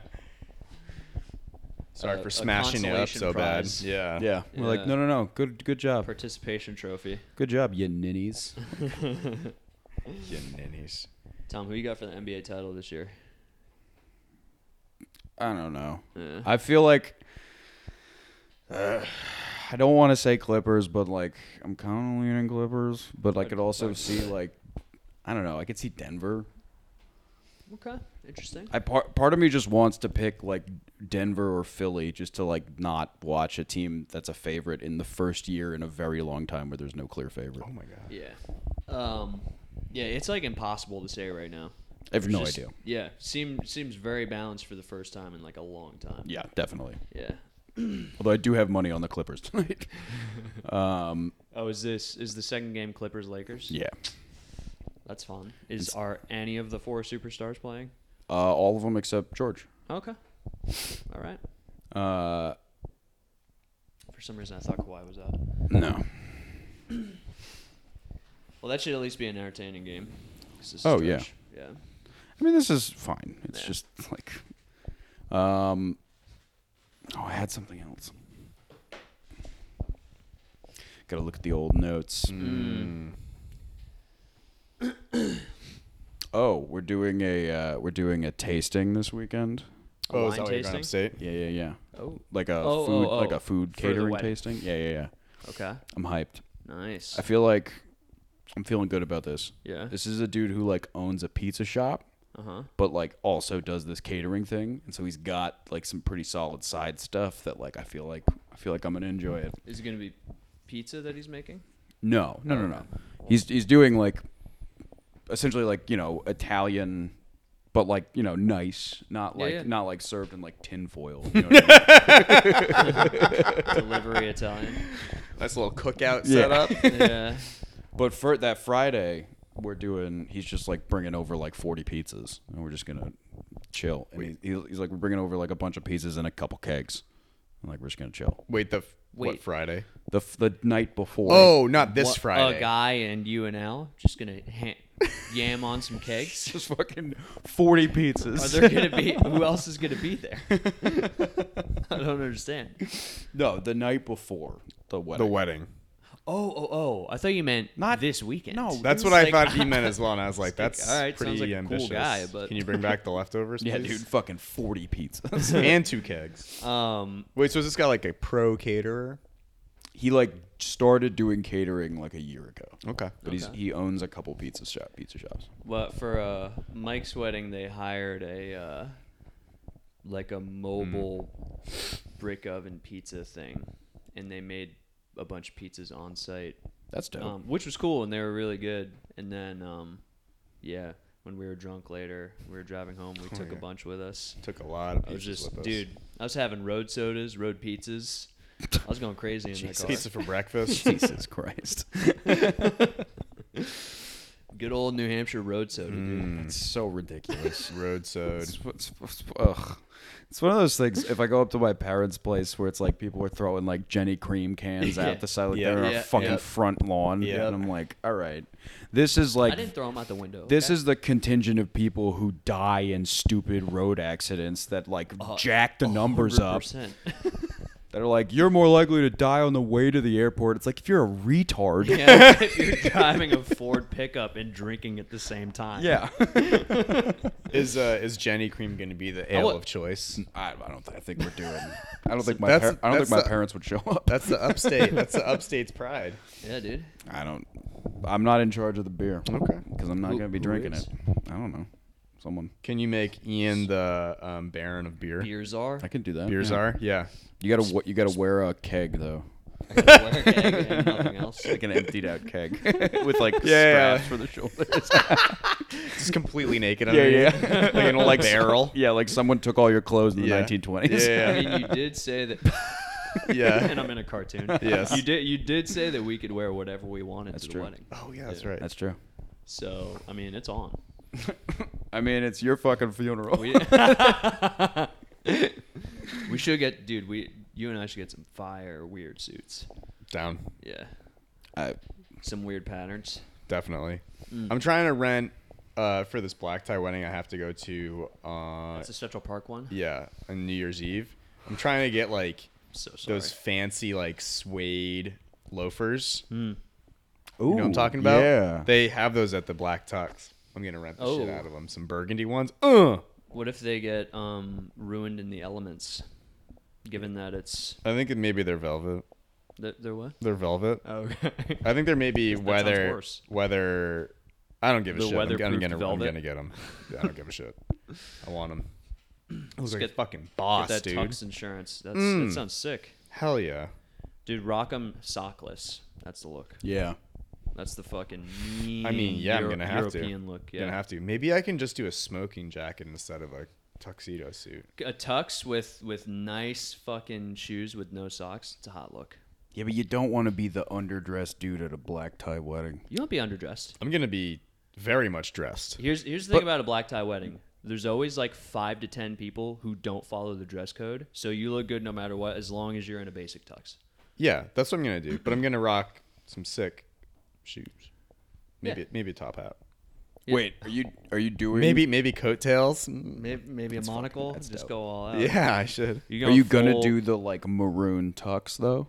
B: Sorry
A: a-
B: for
A: a
B: smashing it up
A: consolation
B: so
A: prize.
B: bad. Yeah.
C: yeah, we're like,
A: Yeah.
C: "No, no, no, good, good job,
A: Participation trophy.
C: good job, you ninnies."
B: You ninnies.
A: Tom, who you got for the NBA title this year?
C: I don't know.
A: Yeah.
C: I feel like uh, I don't want to say Clippers, but like I'm kind of leaning Clippers. But I could also see like I don't know. I could see Denver.
A: Okay, interesting.
C: I part part of me just wants to pick like Denver or Philly just to like not watch a team that's a favorite in the first year in a very long time where there's no clear favorite.
B: Oh my god.
A: Yeah. Um, yeah, it's like impossible to say right now.
C: I have
A: There's
C: no
A: just-
C: idea.
A: Yeah, seem, seems very balanced for the first time in like a long time.
C: Yeah, definitely.
A: Yeah.
C: Although I do have money on the Clippers tonight. um,
A: Oh, is this is the second game Clippers Lakers?
C: yeah,
A: That's fun. Is are any of the four superstars playing?
C: uh, all of them except George.
A: Okay. All right.
C: Uh,
A: For some reason, I thought Kawhi was out.
C: no.
A: Well, that should at least be an entertaining game. 'cause this is
C: Oh, yeah.
A: trash. Yeah.
C: I mean, this is fine. It's
A: Yeah.
C: just like, um, oh, I had something else. Got to look at the old notes.
A: Mm.
C: oh, we're doing a uh, we're doing a tasting this weekend.
A: A
B: Oh, is that
A: wine
B: what you're going
A: tasting?
B: upstate?
C: Yeah, yeah, yeah.
A: Oh.
C: Like a
A: Oh,
C: food,
A: oh,
C: like
A: oh.
C: a food
A: For the
C: catering
A: wedding.
C: tasting. Yeah, yeah, yeah.
A: Okay.
C: I'm hyped.
A: Nice.
C: I feel like I'm feeling good about this.
A: Yeah.
C: This is a dude who like owns a pizza shop.
A: Uh huh.
C: but like also does this catering thing and so he's got like some pretty solid side stuff that like i feel like i feel like i'm gonna enjoy it
A: Is it gonna be pizza that he's making?
C: no no no no he's he's doing like essentially like you know italian but like you know nice not
A: Yeah,
C: like
A: yeah.
C: not like served in like tin foil you know what I mean?
A: Delivery Italian.
B: Nice little cookout
C: Yeah.
B: setup.
A: Yeah.
C: but for that friday we're doing he's just like bringing over like 40 pizzas and we're just gonna chill and he, he's he's like we're bringing over like a bunch of pizzas and a couple kegs and like we're just gonna chill
B: Wait, the f- what
A: Wait.
B: Friday?
C: the f- the night before
B: Oh, not this
A: What,
B: Friday.
A: A guy and you and Al just gonna ha- yam on some kegs.
C: just fucking 40
A: Are
C: pizzas.
A: there gonna be who else is gonna be there? I don't understand.
C: no, the night before the
B: The
C: wedding.
B: wedding.
A: Oh oh oh! I thought you meant
C: Not-
A: not this weekend.
C: no,
B: That's
A: It's
B: what I
A: like-
B: thought he meant as well, and I was like,
A: It's like,
B: "That's
A: all right,
B: pretty
A: sounds like a cool
B: ambitious."
A: guy, but-
B: Can you bring back the leftovers?
C: Yeah, dude,
B: please?
C: fucking 40 pizzas.
B: and two kegs.
A: Um,
B: Wait, so is this guy like a pro caterer?
C: he like started doing catering like a year ago.
B: Okay.
C: But he's,
A: Okay.
C: he owns a couple pizza shop pizza shops.
A: Well, for uh, Mike's wedding, they hired a uh, like a mobile
B: Hmm.
A: brick oven pizza thing, and they made a bunch of pizzas on site,
C: That's dope.
A: um, which was cool, and they were really good. And then, um, yeah, when we were drunk later, we were driving home. We took
B: Oh, yeah.
A: a bunch with us.
B: Took a lot of
A: I was
B: pizzas
A: just,
B: with us.
A: dude, I was having road sodas, road pizzas. I was going crazy in that car.
B: Pizza for breakfast.
C: Jesus Christ.
A: Good old New Hampshire road soda,
B: Mm-hmm.
A: dude.
C: That's so ridiculous.
B: Road sode.
C: It's, it's, it's, ugh. it's one of those things. If I go up to my parents' place where it's like people are throwing like Jenny cream cans
A: Yeah.
C: out the side, like
B: Yeah.
C: they're on
A: Yeah.
C: a fucking
A: Yep.
C: front lawn,
B: Yep.
C: and I'm like, all right, this is
A: I
C: like
A: didn't throw them out the window.
C: This
A: okay?
C: is the contingent of people who die in stupid road accidents that like jack the numbers up.
A: 100%.
C: that are like, you're more likely to die on the way to the airport. It's like, if you're a retard.
A: Yeah, if you're driving a Ford pickup and drinking at the same time.
B: Is uh, is Jenny Cream going to be the ale of
A: Mm.
B: choice?
C: I, I don't. Think, I think we're doing. I don't think my.
B: That's-
C: Par- I don't think
B: that's
C: my
B: the-
C: parents would show up.
B: That's the upstate. That's the upstate's pride.
A: Yeah, dude.
C: I don't. I'm not in charge of the beer.
B: Okay.
C: Because I'm not
A: Who-
C: gonna be
A: who
C: drinking
A: is?
C: it. I don't know. Someone.
B: Can you make Ian the um, Baron of beer?
A: Beers are.
C: I can do that.
B: Beers
C: yeah.
B: are yeah.
C: You gotta. wa- You gotta wear a keg though.
A: I can wear a keg and nothing else.
C: Like an emptied out keg with like
B: Yeah, yeah.
C: straps for the shoulders.
B: Just completely naked.
C: yeah,
B: underneath.
C: yeah.
B: like an old
C: Like some-
B: barrel.
C: Yeah, like someone took all your clothes in the
B: Yeah.
C: 1920s.
B: Yeah,
A: I mean, you did say that.
B: Yeah.
A: and I'm in a cartoon.
B: Yes.
A: You did. You did say that we could wear whatever we wanted
C: That's
A: to the
C: true.
A: wedding.
B: Oh yeah, that's
A: Yeah.
B: right.
C: That's true.
A: So I mean, it's on.
C: I mean, it's your fucking funeral.
A: We, we should get, dude. We, you and I should get some fire weird suits.
B: Down.
A: Yeah.
C: I,
A: Some weird patterns.
B: Definitely.
A: Mm.
B: I'm trying to rent uh, for this black tie wedding I have to go to uh,
A: That's the Central Park one.
B: yeah, on New Year's Eve. I'm trying to get like
A: So sorry.
B: those fancy like suede loafers.
C: Ooh,
B: You know what I'm talking about?
C: Yeah.
B: They have those at the Black Tux. I'm gonna rent the shit
A: Oh.
B: out of them. Some burgundy ones. Uh,
A: What if they get um, ruined in the elements? Given that it's
B: I think it maybe they're velvet.
A: they're, they're what?
B: They're velvet.
A: Oh, okay.
B: I think there may be
A: that sounds
B: weather.
A: worse.
B: Weather. I don't give a
A: The
B: shit. I'm, gonna- I'm
A: weatherproofed
B: gonna.
A: velvet?
B: I'm gonna get them. I don't give a shit. I want them. I was like
A: get-
B: fucking
A: Get
B: boss,
A: that
B: dude. Mm.
A: tux insurance. That's that sounds sick,
B: Hell yeah.
A: dude. Rock 'em sockless. That's the look.
C: Yeah.
A: That's the fucking. Mean
B: I mean, yeah,
A: Euro-
B: I'm gonna have
A: European
B: to.
A: look.
B: Yeah. Gonna
A: Yeah,
B: have to. Maybe I can just do a smoking jacket instead of a tuxedo suit.
A: a tux with with nice fucking shoes with no socks. It's a hot look.
C: Yeah, but you don't want to be the underdressed dude at a black tie wedding.
A: You won't be underdressed.
B: I'm gonna be very much dressed.
A: Here's here's the thing about a black tie wedding. There's always like five to ten people who don't follow the dress code, so you look good no matter what, as long as you're in a basic tux.
B: Yeah, that's what I'm gonna do. But I'm gonna rock some sick shoes. Maybe
A: Yeah.
B: maybe a top hat.
A: Yeah.
C: Wait, are you are you doing
B: Maybe maybe coattails. Mm,
A: Maybe, maybe a monocle. Just
B: dope.
A: go all out.
B: Yeah, I should.
A: You
C: Are you gonna
A: full-
C: do the like maroon tux though?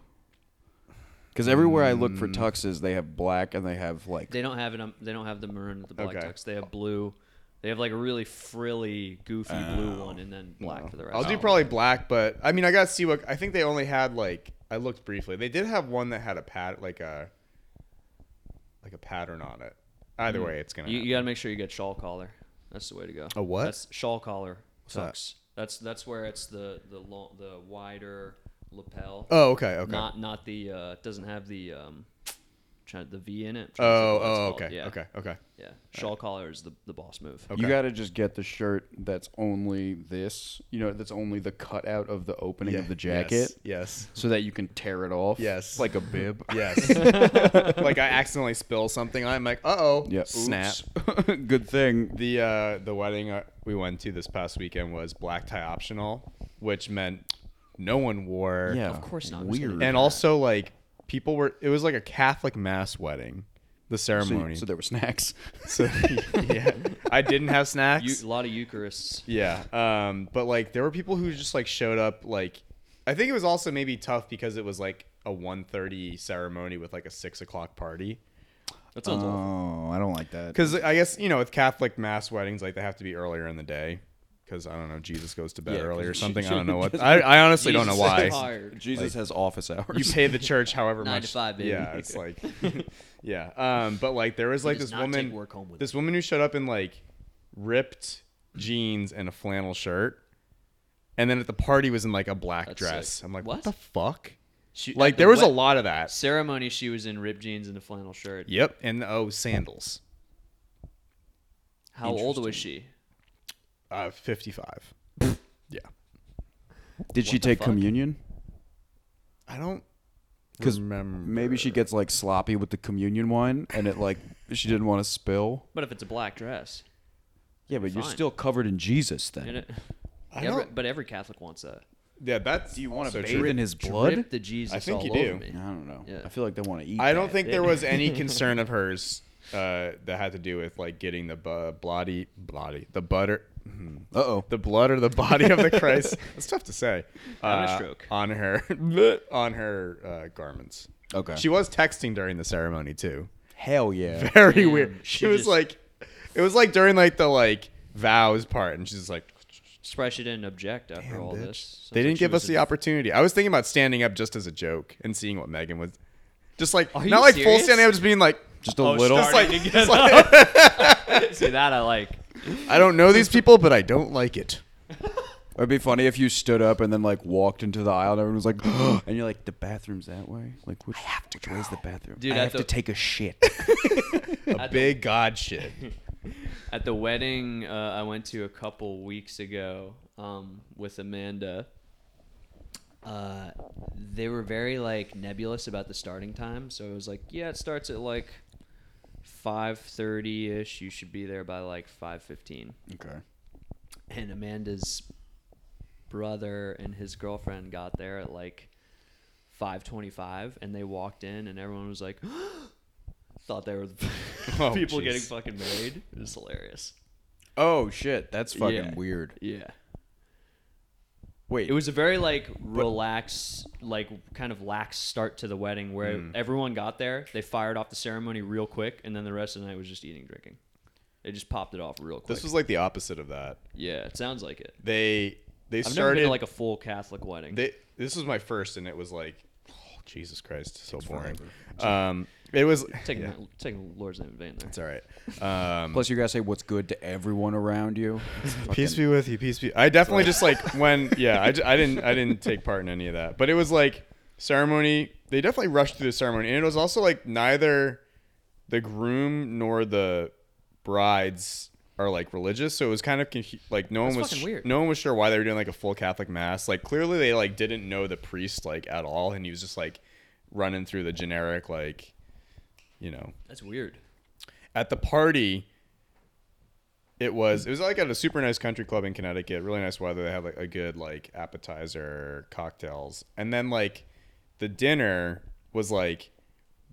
C: Because everywhere I look for tuxes, they have black and they have like
A: They don't have it. Um, they don't have the maroon with the black
B: Okay.
A: tux. They have blue. They have like a really frilly, goofy blue one, and then black for the rest.
B: Oh. I'll do
A: Oh.
B: probably black, but I mean I gotta see what I think they only had like I looked briefly. They did have one that had a pat like a like a pattern on it. Either way it's gonna
A: Hmm. You,
B: happen.
A: you gotta make sure you get shawl collar. That's the way to go.
B: A what?
A: That's shawl collar
B: that?
A: tux. That's that's where it's the the long, the wider lapel.
B: Oh okay, okay.
A: Not not the uh, doesn't have the um, try, the V in it. I'm trying to
B: oh,
A: think what
B: oh
A: it's
B: okay,
A: called. Yeah,
B: okay, okay.
A: Yeah, shawl collar is the the boss move.
C: you
B: okay.
C: gotta just get the shirt that's only this, you know, that's only the cutout of the opening of the jacket,
B: Yes.
C: so that you can tear it off.
B: Yes.
C: like a bib.
B: Yes. like I accidentally spill something, I'm like, uh oh.
C: Yeah.
B: Snap.
C: Good thing.
B: The uh, the wedding uh, we went to this past weekend was black tie optional, which meant no one wore.
C: Yeah.
A: Of course not. Who's gonna
C: Weird.
B: And also like people were. It was like a Catholic mass wedding. The ceremony.
C: so, so there were snacks.
B: So, yeah, I didn't have snacks.
A: You, a lot of Eucharists.
B: Yeah. Um, but like there were people who just like showed up like I think it was also maybe tough because it was like a 1.30 ceremony with like a six o'clock party.
A: That sounds
B: Um,
A: awful.
C: oh, I don't like that.
B: Because I guess, you know, with Catholic mass weddings, like they have to be earlier in the day. Because I don't know, Jesus goes to bed
C: Yeah,
B: early or
C: 'cause
B: something. I
C: Jesus-
B: don't know what. I, I honestly don't know
A: Jesus is
B: why.
A: tired.
C: Jesus has office hours.
B: You pay the church however
A: Nine
B: much.
A: to five, baby.
B: Yeah, it's like, yeah. Um, but like there was like
A: does
B: this
A: not take
B: woman,
A: work home with
B: this woman who showed up in like ripped jeans and a flannel shirt, and then at the party was in like a black
A: That's
B: dress.
A: sick.
B: I'm like,
A: What?
B: what, the fuck?
A: She-
B: Like
A: at the
B: there was a
A: wed-
B: lot of that.
A: ceremony. She was in ripped jeans and a flannel shirt.
B: Yep, and oh sandals.
A: How old was she?
B: Uh, 55. yeah,
C: Did she take communion?
B: I don't
C: 'Cause
B: remember.
C: Maybe she gets like sloppy with the communion wine, and it like she didn't want to spill.
A: But if it's a black dress,
C: Yeah, but you're
A: Fine.
C: still covered in Jesus
A: and
C: then.
A: it,
B: I
A: every,
B: don't-
A: but every Catholic wants that.
B: Yeah, that's.
C: Do you want
B: also
C: to bathe
B: true.
C: in his blood?
A: Drip the Jesus.
B: I think
A: all
B: you
A: over
B: do.
A: Me.
C: I don't know.
A: Yeah.
C: I feel like they want to eat.
B: I don't think there
A: Yeah.
B: was any concern of hers uh, that had to do with like getting the bu- bloody, bloody, the butter,
C: Uh oh.
B: the blood or the body of the Christ. It's tough to say.
A: Having a
B: Uh,
A: stroke.
B: on her on her uh, garments.
C: Okay.
B: She was texting during the ceremony too.
C: Hell yeah.
B: Very
A: Damn,
B: weird. She,
A: she
B: was
A: just-
B: like, it was like during like the like vows part, and she's like,
A: Surprised she didn't object after all
B: bitch.
A: this.
B: they didn't give us the
A: opportunity.
B: opportunity. I was thinking about standing up just as a joke and seeing what Megan was, just like
A: you
B: not like full
A: serious?
B: standing up, just being like,
C: Just a
A: Oh,
C: little.
A: starting
B: like-
A: to
B: it's
A: get up. See that I like.
B: I don't know these people, but I don't like it.
C: It'd be funny if you stood up and then like walked into the aisle and everyone was like, and you're like, the bathroom's that way. Like, which, which way is the bathroom?
A: Dude,
C: I
A: at
C: have
A: the-
C: to take a shit.
B: A big god shit.
A: At the wedding uh, I went to a couple weeks ago um, with Amanda, uh, they were very like nebulous about the starting time. So it was like, yeah, it starts at like five thirty ish. You should be there by like five fifteen.
C: okay.
A: and Amanda's brother and his girlfriend got there at like 5:25 and they walked in and everyone was like thought they were the
B: Oh,
A: people
B: jeez.
A: getting fucking married. It was hilarious.
C: Oh shit, that's fucking
A: Yeah.
C: weird.
A: Yeah.
C: Wait,
A: It was a very like relaxed like kind of lax start to the wedding where
B: Mm.
A: everyone got there, they fired off the ceremony real quick and then the rest of the night was just eating drinking. They just popped it off real quick.
B: This was like the opposite of that.
A: yeah, it sounds like it.
B: They they
A: I've never
B: started
A: been to like a full Catholic wedding.
B: They, this was my first, and it was like, oh, Jesus Christ, so boring. Um, it was.
A: taking
B: yeah,
A: the, taking the Lord's name in vain there.
B: it's all right. Um,
C: plus you gotta say what's good to everyone around you.
B: peace be with you. Peace be. I definitely just like when. Yeah, I, j- I didn't. I didn't take part in any of that. But it was like ceremony. They definitely rushed through the ceremony, and it was also like neither the groom nor the brides are like religious so it was kind of confu- like no one was
A: That's fucking weird.
B: no one was sure why they were doing like a full catholic mass like clearly they like didn't know the priest like at all and he was just like running through the generic like you know
A: That's weird.
B: at the party it was it was like at a super nice country club in Connecticut. Really nice weather. They had like a good like appetizer, cocktails, and then like the dinner was like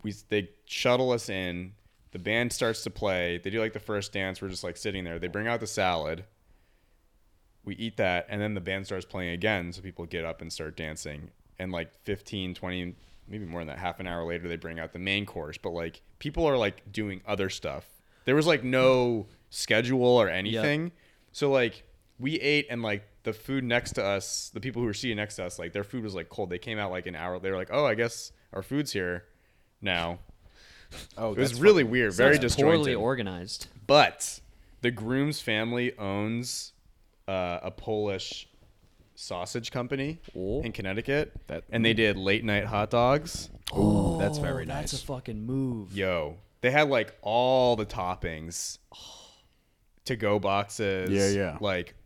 B: we they shuttle us in. The band starts to play. They do like the first dance. We're just like sitting there. They bring out the salad. We eat that, and then the band starts playing again. So people get up and start dancing. And like 15, 20, maybe more than that, half an hour later, they bring out the main course. But like people are like doing other stuff. There was like no schedule or anything. So like we ate and like the food next to us, the people who were seated next to us, like their food was like cold. They came out like an hour. They were like, oh, I guess our food's here now.
C: Oh,
B: It was really weird, very
A: Sounds
B: disjointed.
A: Poorly organized.
B: but the groom's family owns uh, a Polish sausage company
A: Oh.
B: in Connecticut,
C: That-
B: and they did late night hot dogs.
C: Ooh, that's very nice.
A: That's a fucking move.
B: Yo, they had like all the toppings, to go boxes.
C: Yeah, yeah.
B: Like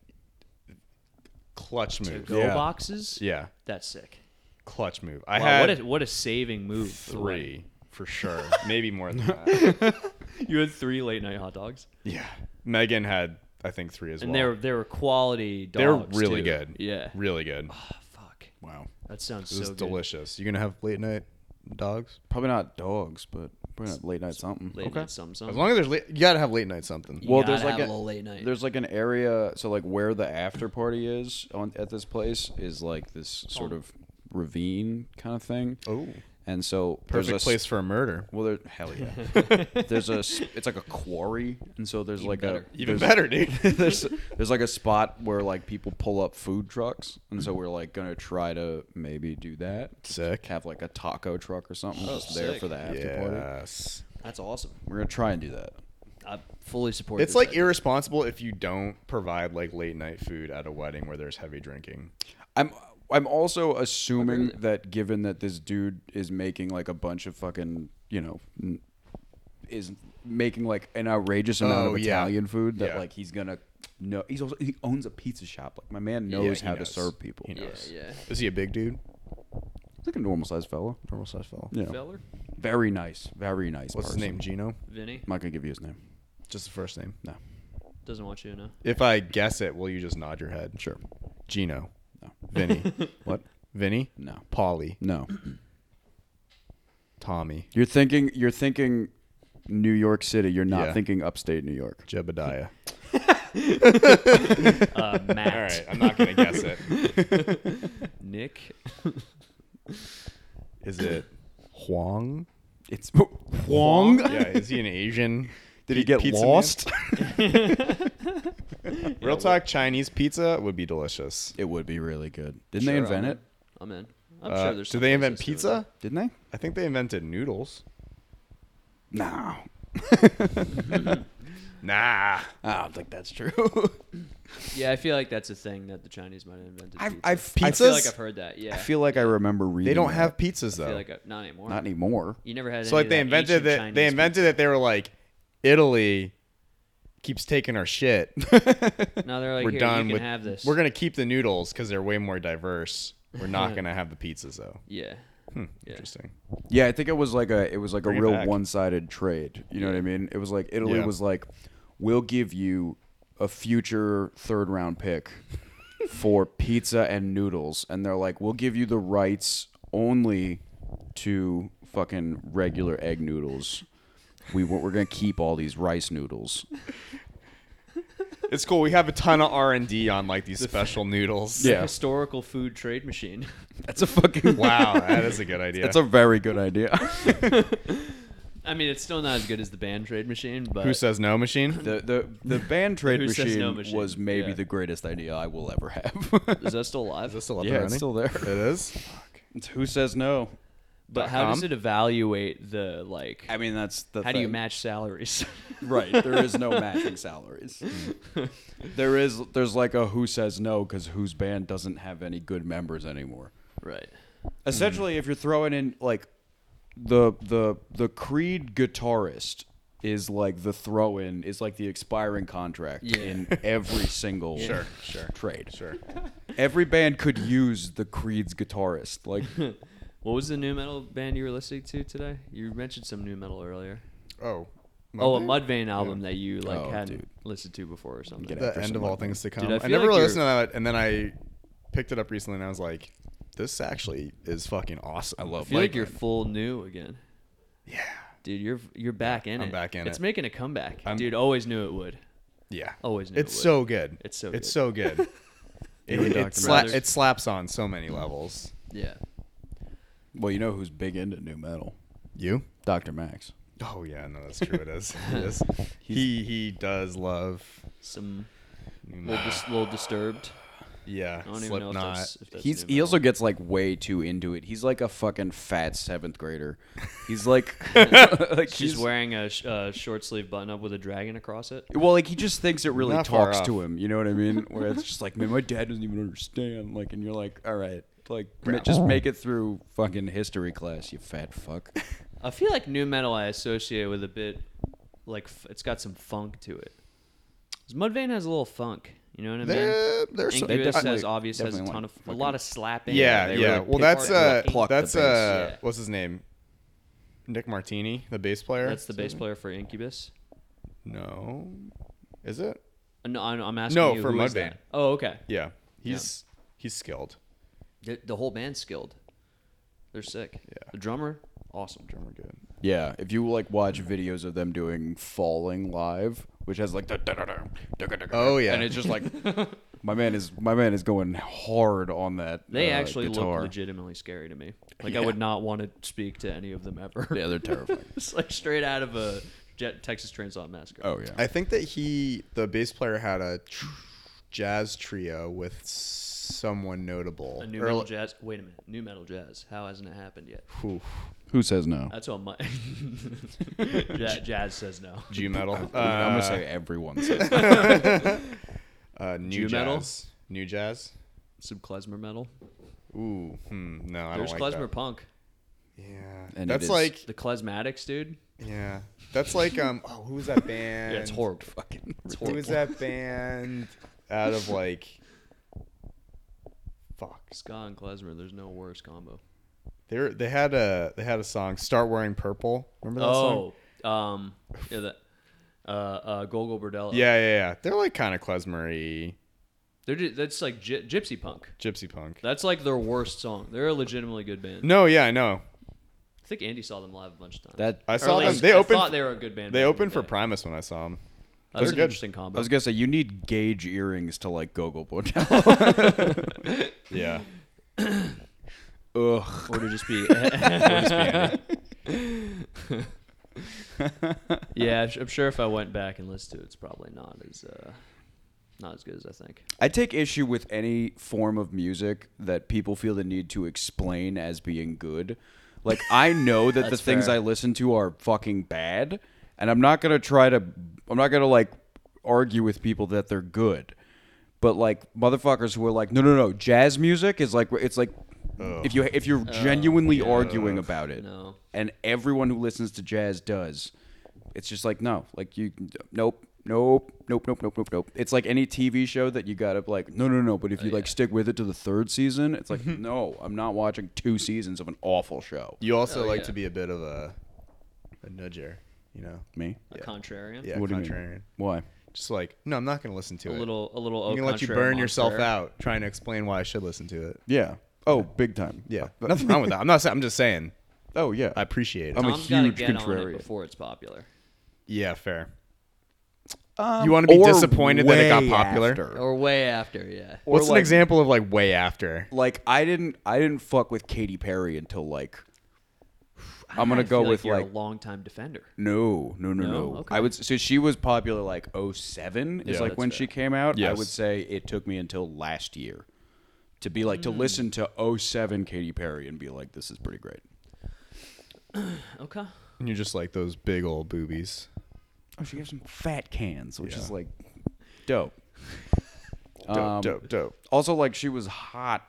B: clutch move.
A: Go
C: Yeah.
A: boxes.
B: Yeah,
A: That's sick.
B: clutch move. I
A: Wow,
B: had
A: what a what a saving move. for the wedding.
B: three for sure, maybe more than that.
A: You had three late night hot dogs,
B: yeah, Megan had I think three as
A: and
B: well.
A: they were they were quality dogs.
B: They're really
A: too.
B: good.
A: Yeah.
B: really good.
A: Ah, fuck.
C: wow.
A: That sounds
B: This
A: so
B: is
A: good.
B: delicious. You're gonna have late night dogs.
C: Probably not dogs, but probably not late night something.
A: Late night some some.
B: As long as there's late, you gotta have late night something.
C: well,
A: gotta
C: there's like
A: have
C: a,
A: a little late night.
C: There's like an area, so like where the after party is on at this place is like this sort of ravine kind of thing.
B: Oh,
C: and so there's
B: perfect
C: a s-
B: place for a murder.
C: Well, there, hell yeah. there's a, s- it's like a quarry, and so there's like
A: better.
C: a
B: Even
C: there's-
B: better, dude.
C: there's there's like a spot where like people pull up food trucks, and so we're like gonna try to maybe do that.
B: Sick.
C: Have like a taco truck or something
B: Oh,
C: just there
A: sick.
C: for the after party.
B: Yes.
A: That's awesome.
C: We're gonna try and do that.
A: I fully support.
B: It's
A: this
B: like
A: idea.
B: irresponsible if you don't provide like late night food at a wedding where there's heavy drinking.
C: I'm I'm also assuming that given that this dude is making like a bunch of fucking you know n- is making like an outrageous amount
B: Oh,
C: of
B: yeah.
C: Italian food that
B: Yeah.
C: like he's gonna know he's also he owns a pizza shop like my man
B: Yeah,
C: knows
B: he
C: how
B: knows.
C: to serve people
B: He
C: he's
B: knows.
A: yeah.
B: Is he a big dude?
C: like a normal sized fella
B: Normal size fellow.
C: you know
A: Feller,
C: very nice very nice
B: What's his
C: person.
B: name? Gino.
A: Vinny
C: I'm not gonna give you his name
B: Just the first name.
C: no
A: doesn't want you to know.
B: If I guess it, will you just nod your head?
C: sure
B: Gino.
C: no
B: Vinny.
C: what
B: Vinny.
C: no
B: Polly.
C: no
B: Tommy.
C: you're thinking you're thinking New York City you're not
B: Yeah.
C: thinking upstate New York
B: Jebediah.
A: Uh, Matt.
B: All right, I'm not gonna guess it.
A: Nick.
B: Is it Huang?
C: It's Huang.
B: Yeah, is he an Asian?
C: Did he
B: pe-
C: get
B: pizza man?
C: lost?
B: Real talk, Chinese pizza would be delicious.
C: it would be really good. Didn't they
A: Sure,
C: invent
A: I'm
C: it?
A: I'm in. I'm
B: Uh,
A: sure there's.
B: did
A: some
B: they invent
A: places doing
B: pizza?
C: Didn't
B: I think they invented noodles.
C: they? No.
B: Nah.
C: I don't think that's true.
A: it. Yeah, I feel like that's a thing that the Chinese might have invented.
C: I've,
A: pizza.
C: I've
A: I feel like
B: pizzas?
A: I've heard that. Yeah.
C: I feel like I remember reading.
B: They don't
C: that.
B: have pizzas
A: I
B: though.
A: feel like I, not anymore.
C: not anymore.
A: you never had.
B: so
A: any
B: like
A: of
B: they
A: that
B: invented
A: ancient
B: that
A: Chinese
B: they invented that they were like Italy keeps taking our shit.
A: Food. No, they're like
B: we're
A: Here,
B: done
A: You can
B: with
A: have this.
B: We're gonna keep the noodles because they're way more diverse. We're not gonna have the pizzas though.
A: Yeah. Yeah.
B: Interesting.
C: Yeah, I think it was like a it was like
B: Bring
C: a
B: it
C: real
B: back.
C: one sided trade. You know what I mean? It was like Italy
B: Yeah.
C: was like, we'll give you a future third round pick for pizza and noodles, and they're like, we'll give you the rights only to fucking regular egg noodles. We we're gonna keep all these rice noodles.
B: It's cool. We have a ton of R and D on like these special noodles.
A: It's a
C: Yeah.
A: Historical food trade machine.
C: That's a fucking
B: Wow, that is a good idea.
C: That's a very good idea.
A: I mean, it's still not as good as the band trade mand machine, but
B: Who says no machine?
C: The the the band trade
A: Who says
C: machine,
A: no machine?
C: was maybe
A: Yeah.
C: the greatest idea I will ever have.
A: is that still alive?
B: still up
C: yeah, it's still there.
B: It is.
C: It's who says no?
A: but how does
B: com?
A: it evaluate the like?
C: I mean, that's the.
A: how do you
C: thing.
A: match salaries?
C: Right, there is no matching salaries. there is there's like a who says no because whose band doesn't have any good members anymore.
A: right.
C: Essentially, if you're throwing in like the the the Creed guitarist is like the throw in is like the expiring contract
A: Yeah.
C: in every single
B: Sure, sure,
C: trade.
B: sure.
C: Every band could use the Creed's guitarist. Like
A: What was the new metal band you were listening to today? You mentioned some new metal earlier.
B: Oh.
A: Oh, a Mudvayne album that you like
C: Oh,
A: hadn't
C: dude.
A: listened to before or something.
C: Get
B: The
C: after
B: end of
C: someone.
B: all things to come.
A: I
B: I,
A: feel
B: never
A: like
B: really
A: you're-
B: listened to that, and then I picked it up recently, and I was like, "This actually is fucking awesome." I
A: I feel like, you're full new again.
B: Yeah.
A: Dude, you're you're back in
B: I'm
A: it.
B: back in
A: it's
B: it.
A: making a comeback.
B: I'm-
A: Dude, always knew it would.
B: Yeah.
A: Always knew it
B: It's
A: would.
B: so good.
A: It's so
B: It's
A: good.
B: so good. it,
C: and
B: it,
C: Dr.
B: sla-
A: Brothers.
B: it slaps on so many levels.
A: Yeah.
C: well, you know who's big into new metal?
B: You?
C: Dr. Max.
B: Oh yeah, no, that's true. It is. It is. he he does love.
A: Some
B: new
A: little,
B: metal.
A: dis- little disturbed.
B: Yeah.
A: I don't even know if
B: Slipknot.
A: that's, if that's
C: He's he
A: new metal.
C: also gets like way too into it. He's like a fucking fat seventh grader. He's like, like
A: She's
C: he's-
A: wearing a sh- uh, short sleeve button up with a dragon across it.
C: Well, like he just thinks it really
B: Not far
C: talks
B: off.
C: to him. You know what I mean? Where it's just like, man, my dad doesn't even understand. Like, and you're like, all right, like ma- just make it through fucking history class, you fat fuck.
A: I feel like new metal I associate with a bit like f- it's got some funk to it. 'Cause Mudvayne has a little funk, you know what I mean?
B: They're- they're so-
A: Incubus has
C: definitely-
A: obvious has a
C: definitely
A: ton of
C: like
A: a
C: fucking-
A: lot of slapping.
B: Yeah,
A: They
B: yeah.
A: really
B: well,
A: pick
B: that's
A: apart
B: uh,
A: the pluck.
C: pluck the
B: that's
C: bass.
B: uh,
A: Yeah.
B: what's his name? Nick Martini, the bass player.
A: that's the bass player for Incubus.
B: No, is it?
A: Uh, No, I'm, I'm asking
B: No,
A: you
B: for
A: who is
B: Mudvayne.
A: that? Oh, okay.
B: Yeah, he's he's skilled.
A: The, the whole band's skilled. They're sick.
B: Yeah.
A: The drummer, awesome drummer.
B: Drummer good.
C: Yeah, if you like watch videos of them doing falling live, which has like the
B: Oh, yeah.
C: and it's just like my man is my man is going hard on that.
A: They
C: uh,
A: actually
C: guitar.
A: look legitimately scary to me. Like I would not want to speak to any of them ever.
C: Yeah, they're terrifying.
A: it's like straight out of a jet, Texas Chainsaw Massacre.
C: Oh yeah.
B: I think that he, the bass player, had a tr- jazz trio with someone notable.
A: A new
B: Or-
A: metal jazz. Wait a minute, new metal jazz. How hasn't it happened yet?
B: Ooh,
C: Who says no?
A: That's what my jazz, jazz says no.
B: G metal.
C: I'm
B: Uh,
C: gonna say everyone says no.
B: uh, new
A: G metal?
B: jazz. New jazz.
A: Some klezmer metal.
B: Ooh, hmm, no, I
A: There's
B: don't like
A: klezmer
B: that.
A: punk.
B: Yeah,
C: And it
B: that's
C: is-
B: like
A: The klezmatics, dude.
B: yeah, that's like um. Oh, who's that band?
A: Yeah, it's horrible.
C: fucking.
A: It's
B: Who
A: horrible.
B: was that band out of like fuck.
A: Ska and klezmer. There's no worse combo.
B: They were, they had a they had a song Start Wearing Purple. Remember that song?
A: Oh, um, yeah, that. Uh, uh, Gogol Bordello.
B: Yeah, yeah, yeah. They're like kind of klezmery
A: they're ju- that's like gy- gypsy punk.
B: gypsy punk.
A: That's like their worst song. They're a legitimately good band.
B: No, yeah, I know.
A: I think Andy saw them live a bunch of times.
C: That
B: I
A: Or at
B: saw them.
A: least
B: They
A: I
B: opened
A: thought they were a good band.
B: they
A: back in
B: opened
A: the
B: for
A: day.
B: Primus when I saw them.
A: That's
B: are
A: an
B: good.
A: interesting
C: I
A: combo.
C: was gonna say you need gauge earrings to like Gogol Bordello.
B: Yeah.
C: Ugh.
A: or to just be.
B: Andy.
A: yeah, I'm sure if I went back and listened to it, it's probably not as uh, not as good as I think.
C: I take issue with any form of music that people feel the need to explain as being good. Like I know that the
A: That's
C: things
A: fair.
C: I listen to are fucking bad, and I'm not gonna try to. I'm not gonna like argue with people that they're good. But like motherfuckers who are like, no, no, no, jazz music is like it's like if you if you're genuinely arguing about it,
A: No.
C: and everyone who listens to jazz does. It's just like no, like you, nope, nope, nope, nope, nope, nope, nope. It's like any TV show that you gotta like, no, no, no. But
B: Oh,
C: if you like stick with it to the third season, it's like no, I'm not watching two seasons of an awful show.
B: You also
A: Oh,
B: like
A: yeah.
B: to be a bit of a a nudger, you know?
C: Me?
A: A contrarian.
B: Yeah,
C: What do you mean?
B: contrarian.
C: Why?
B: Just like, no, I'm not going to listen to
A: A
B: it.
A: little, a little.
B: I'm going to let you burn yourself out trying to explain why I should listen to it.
C: Yeah. Oh, big time.
B: Yeah. Nothing wrong with that. I'm not saying, I'm just saying
C: Oh yeah.
B: I appreciate it.
C: I'm a
A: Tom's gotta
C: huge
A: get on
C: contrarian.
A: it before it's popular,
B: yeah, fair.
C: Um,
B: You wanna be
C: or
B: disappointed that it got
C: way
B: popular?
C: after.
A: or way after. Yeah.
C: Or
B: What's an
C: like-
B: example of like way after?
C: Like I didn't, I didn't fuck with Katy Perry until like
A: I
C: I'm gonna go
A: feel like
C: with
A: you're
C: like
A: a longtime defender.
C: No, no, no,
A: No?
C: no.
A: Okay.
C: I would so she was popular like 07 is
B: Yeah.
C: like
A: That's
C: when
A: fair.
C: she came out. I
B: Yes.
C: would say it took me until last year to be like to
B: Hmm.
C: listen to 07 Katy Perry and be like this is pretty great.
A: Okay.
B: And you're just like those big old boobies.
C: Oh, she has some fat cans, which is
B: Yeah.
C: like dope.
B: Dope,
C: Um,
B: dope, dope.
C: Also like she was hot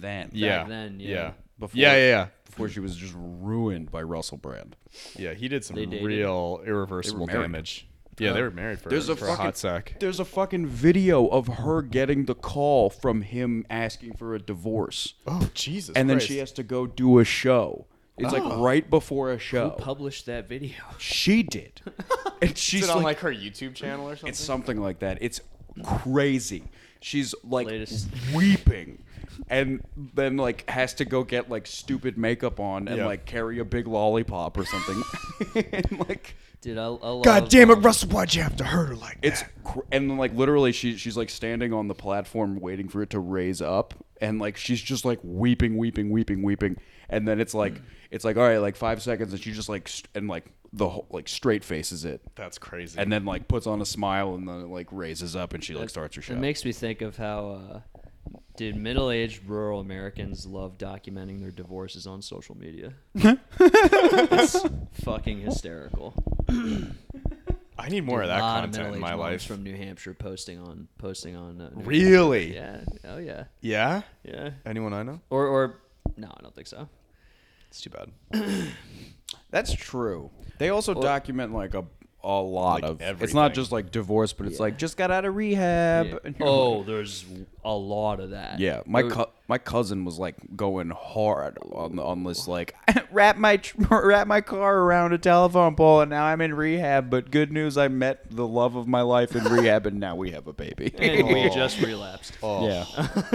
C: then.
B: Yeah.
A: then, yeah.
B: Yeah.
C: Before-
B: yeah, yeah, yeah.
C: Before she was just ruined by Russell Brand.
B: Yeah, he did some
A: They dated.
B: real irreversible
C: married.
B: damage. Yeah, they were married for,
C: There's a
B: for
C: fucking,
B: hot sec.
C: There's a fucking video of her getting the call from him asking for a divorce.
B: Oh, Jesus.
C: and then she
B: Christ.
C: has to go do a show. It's like right before a show.
A: Published that video.
C: she did, and she's
B: Is it
C: like,
B: on like her YouTube channel or something?
C: it's something like that. It's crazy. She's like
A: Latest.
C: weeping, and then like has to go get like stupid makeup on and
B: Yeah.
C: like carry a big lollipop or something. and like
A: Dude, I, I love.
B: God damn it, Russell, why'd you have to hurt her like that?
C: it's cr- and then, like literally she she's like standing on the platform waiting for it to raise up and like she's just like weeping weeping weeping weeping and then it's like it's like all right like five seconds and she just like st- and like the whole like straight faces it
B: That's crazy.
C: and then like puts on a smile and then it, like raises up and she like starts her show
A: It makes me think of how, uh, dude, middle-aged rural Americans love documenting their divorces on social media. it's fucking hysterical.
B: I need more of
A: A
B: that
A: lot of
B: content in my
A: middle-aged moms
B: life.
A: from New Hampshire posting on posting on. Uh, New
B: really? Yeah.
A: Hampshire. Yeah. Oh yeah. Yeah.
B: Anyone I know?
A: Or or no, I don't think so.
B: It's too bad.
C: that's true they also document like a a lot
B: Like
C: of it's
B: everything.
C: not just like divorce but it's like just got out of rehab
A: Yeah.
C: and you're like-
A: Oh, there's a lot of that.
C: Yeah, my
A: Or-
C: cu- my cousin was like going hard on on this like wrap my tr- wrap my car around a telephone pole and now I'm in rehab. But good news, I met the love of my life in rehab and now we have a baby.
A: and we just relapsed.
B: Oh.
C: yeah,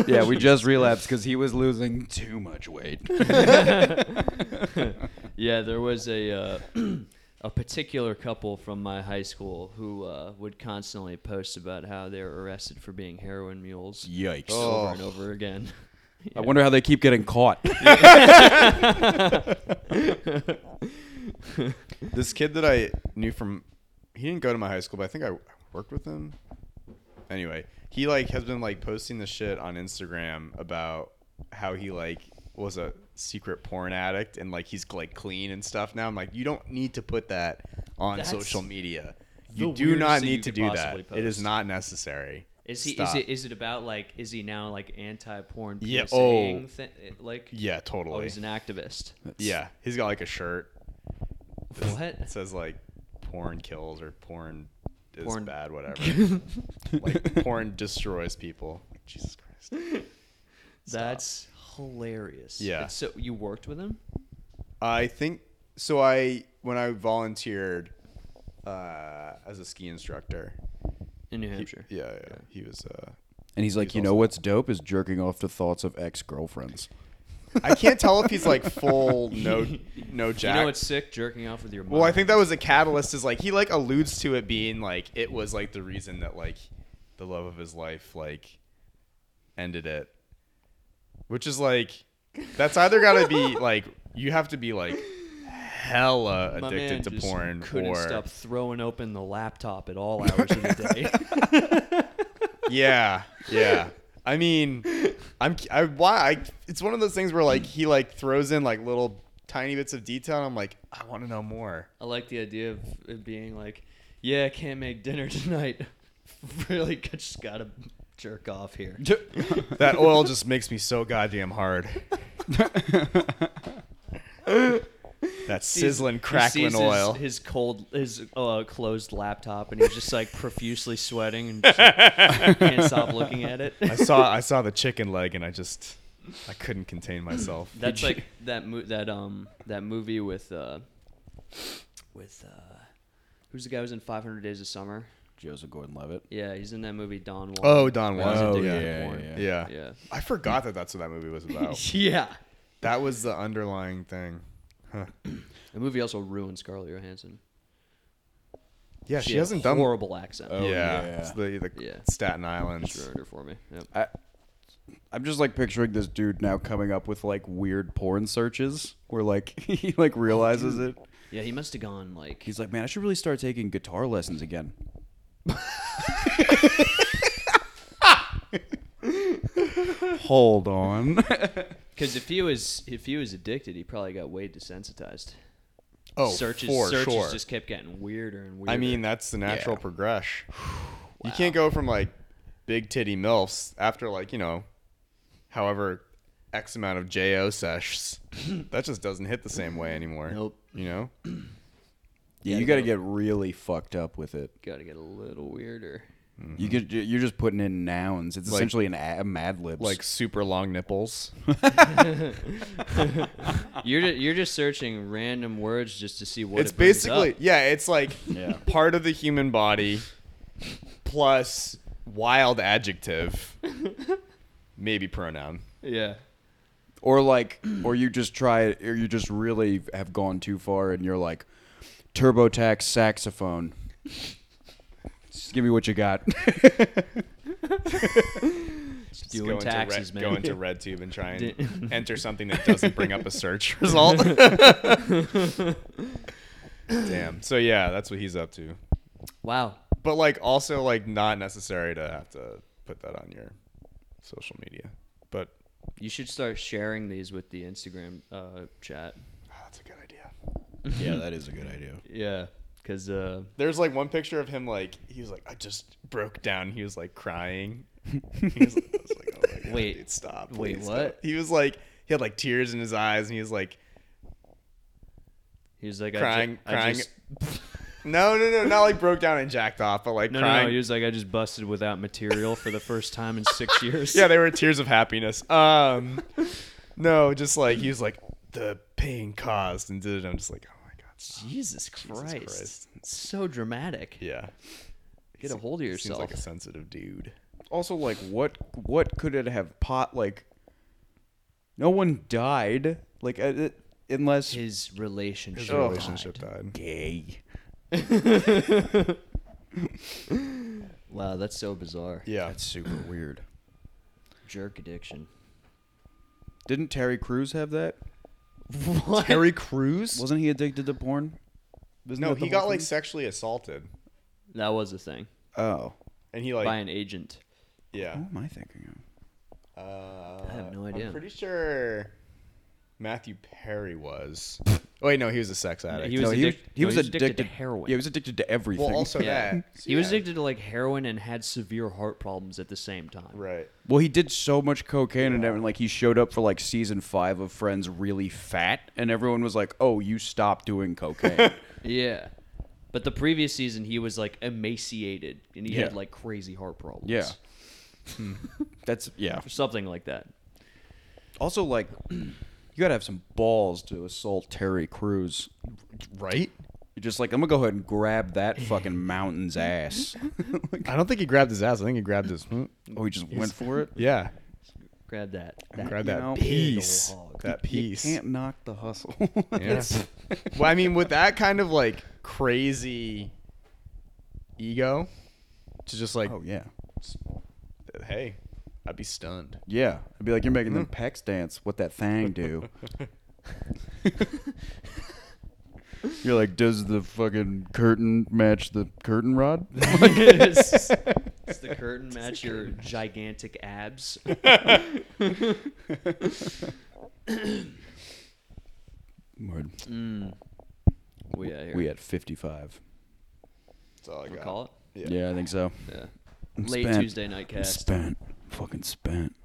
C: yeah, we just relapsed because he was losing too much weight.
A: Yeah, there was a uh, a particular couple from my high school who uh, would constantly post about how they were arrested for being heroin mules
C: Yikes!
B: Oh.
A: over and over again.
C: I wonder how they keep getting caught.
B: This kid that I knew from, he didn't go to my high school, but I think I worked with him. Anyway, he like has been like posting the shit on Instagram about how he like was a secret porn addict and like he's like clean and stuff now. I'm like, you don't need to put that on
A: That's
B: social media.
A: the
B: You do
A: weirdest
B: not
A: thing you
B: need to
A: could
B: do that.
A: possibly
B: It is
A: post.
B: not necessary.
A: Is he? Is
B: Stop.
A: it? Is it about like? Is he now like anti-porn?
B: Yeah,
A: PSAing
B: oh.
A: thi- eh, like.
B: Yeah,
A: Oh,
B: totally.
A: he's an activist.
B: yeah, he's got like a shirt It
A: What?
B: says like porn kills or porn is
A: Porn-
B: bad, whatever. like porn destroys people. Jesus Christ.
A: That's hilarious.
B: Yeah.
A: It's So you worked with him?
B: I think so. I when I volunteered uh, as a ski instructor.
A: In New
B: he-
A: Hampshire.
B: yeah, yeah, he was. Uh,
C: And he's like, you know what's dope is jerking off to thoughts of ex girlfriends.
B: I can't tell if he's like full no no
A: You
B: jack.
A: know it's sick jerking off with your mom.
B: well, I think that was the catalyst. Is like he like alludes to it being like it was like the reason that like the love of his life like ended it, which is like that's either gotta be like you have to be like hella
A: My
B: addicted
A: man
B: to
A: just
B: porn
A: Couldn't
B: or
A: stop throwing open the laptop at all hours of the day.
B: yeah, yeah. I mean, I'm I why I, it's one of those things where like he like throws in like little tiny bits of detail. and I'm like, I want to know more.
A: I like the idea of it being like, yeah, I can't make dinner tonight. really, I just gotta jerk off here.
B: That oil just makes me so goddamn hard. That sizzling,
A: he
B: crackling
A: sees
B: oil.
A: His, his cold, his uh, closed laptop, and he's just like profusely sweating and just, like, can't stop looking at it.
B: I saw I saw the chicken leg and I just I couldn't contain myself.
A: That's like that mo- that um that movie with uh with uh who's the guy who's in Five Hundred Days of Summer?
C: Joseph Gordon-Levitt.
A: Yeah, he's in that movie Don Juan.
B: oh Don Juan.
A: He's
C: Oh,
A: addicted
B: yeah.
A: to
C: yeah,
A: porn.
C: yeah,
B: yeah,
A: Yeah.
B: I forgot that that's what that movie was about.
A: Oh. yeah.
B: that was the underlying thing. Huh.
A: The movie also ruined Scarlett Johansson.
B: Yeah, she,
A: had a
B: hasn't done
A: horrible accent.
C: Oh,
B: yeah,
C: yeah.
B: it's the, the
A: Yeah.
B: Staten Island.
A: Just ruined her for me. Yep.
C: I, I'm just like picturing this dude now coming up with like weird porn searches where like he like realizes it.
A: Yeah, he must have gone like
C: He's like, man, I should really start taking guitar lessons again. Hold on.
A: because if he was if he was addicted, he probably got way desensitized.
B: Oh,
A: searches
B: for
A: searches
B: sure.
A: just kept getting weirder and weirder.
B: I mean, that's the natural progression. You can't go from like big titty milfs after like you know, however, x amount of jo sesh. that just doesn't hit the same way anymore.
A: Nope.
B: You know,
C: Yeah, you got to get really fucked up with it.
A: gotta get a little weirder.
C: You get you're just putting in nouns. It's essentially an a, a Mad Libs.
B: like super long nipples.
A: You're ju- you're just searching random words just to see what
B: it's
A: it brings
B: basically
A: up.
B: yeah. It's like
C: Yeah.
B: part of the human body plus wild adjective, maybe pronoun.
A: yeah.
C: or like or you just try or you just really have gone too far and you're like TurboTax saxophone. Just give me what you got.
A: Just doing
B: go into Red-
A: taxes, man.
B: Go into RedTube and try
A: Di-
B: and enter something that doesn't bring up a search result. Damn. So yeah, that's what he's up to.
A: wow.
B: But like, also like, not necessary to have to put that on your social media. But
A: You should start sharing these with the Instagram uh, chat.
B: ah, that's a good idea.
C: yeah, that is a good idea.
A: Yeah, because uh,
B: There's like one picture of him like he was like I just broke down. He was like crying. He was, I was like, oh my God,
A: Wait.
B: dude, stop.
A: Wait,
B: please
A: what?
B: stop." He was like he had like tears in his eyes and he was like
A: he was like I ju-
B: Crying-
A: I
B: crying-
A: just-
B: no no no not like broke down and jacked off but like
A: no, no,
B: crying.
A: no. He was like I just busted without material for the first time in six years.
B: yeah, they were tears of happiness. Um, no, just like he was like the pain caused and did it. I'm just like, oh my god, stop.
A: Jesus Christ.
B: Christ.
A: It's so dramatic.
B: yeah.
A: Get a hold of
B: Seems
A: yourself.
B: like a sensitive dude.
C: Also like what what could it have pot like no one died like uh, it, unless
A: His
C: Oh
A: relationship.
B: His relationship died.
C: gay.
A: Wow, that's so bizarre.
B: Yeah,
C: That's super weird.
A: Jerk addiction.
C: Didn't Terry Crews have that?
A: What?
B: Harry Crews.
C: Wasn't he addicted to porn? Wasn't
B: no,
C: that the
B: he
C: whole
B: got like
C: thing?
B: sexually assaulted,
A: That was a thing
C: Oh,
B: and he like
A: by an agent.
B: yeah.
C: what am I thinking of?
B: Uh, I
A: have no idea.
B: I'm pretty sure Matthew Perry was. Oh, Wait, no, he was a sex addict.
A: he was
C: no, he,
A: addic-
C: he
A: no,
C: was
A: he was addicted to heroin.
C: Yeah, he was addicted to everything.
B: well, also
A: Yeah.
B: that
A: He was
B: Yeah.
A: addicted to like heroin and had severe heart problems at the same time.
B: Right.
C: Well, he did so much cocaine and everything. Like he showed up for like season five of Friends really fat, and everyone was like, "Oh, you stopped doing cocaine."
A: Yeah. But the previous season he was like emaciated and he had
C: Yeah.
A: like crazy heart problems.
C: yeah, Hmm. that's yeah.
A: Or something like that.
C: Also, like, you gotta have some balls to assault Terry Crews.
B: Right.
C: You're just like, I'm gonna go ahead and grab that fucking mountain's ass.
B: I don't think he grabbed his ass. I think he grabbed his.
C: oh, he just went for it.
B: Yeah.
A: Grab that. that.
B: Grab
C: you
B: that
C: know,
B: piece.
A: big ol' hog.
B: That piece.
C: You can't knock the hustle.
B: Yeah. well, I mean, with that kind of like crazy ego, to just like,
C: oh yeah,
B: hey, I'd be stunned.
C: yeah. I'd be like, you're
A: Mm.
C: making them pecs dance. What that thing do? you're like, does the fucking curtain match the curtain rod?
A: Does the curtain match your gigantic abs?
C: Word.
A: We out here.
C: We at 55.
B: That's all I
A: We'll
B: got.
A: call it.
C: Yeah, I think so.
A: Yeah.
C: I'm
A: Late
C: spent.
A: Tuesday night
C: I'm
A: cast.
C: spent. Fucking spent.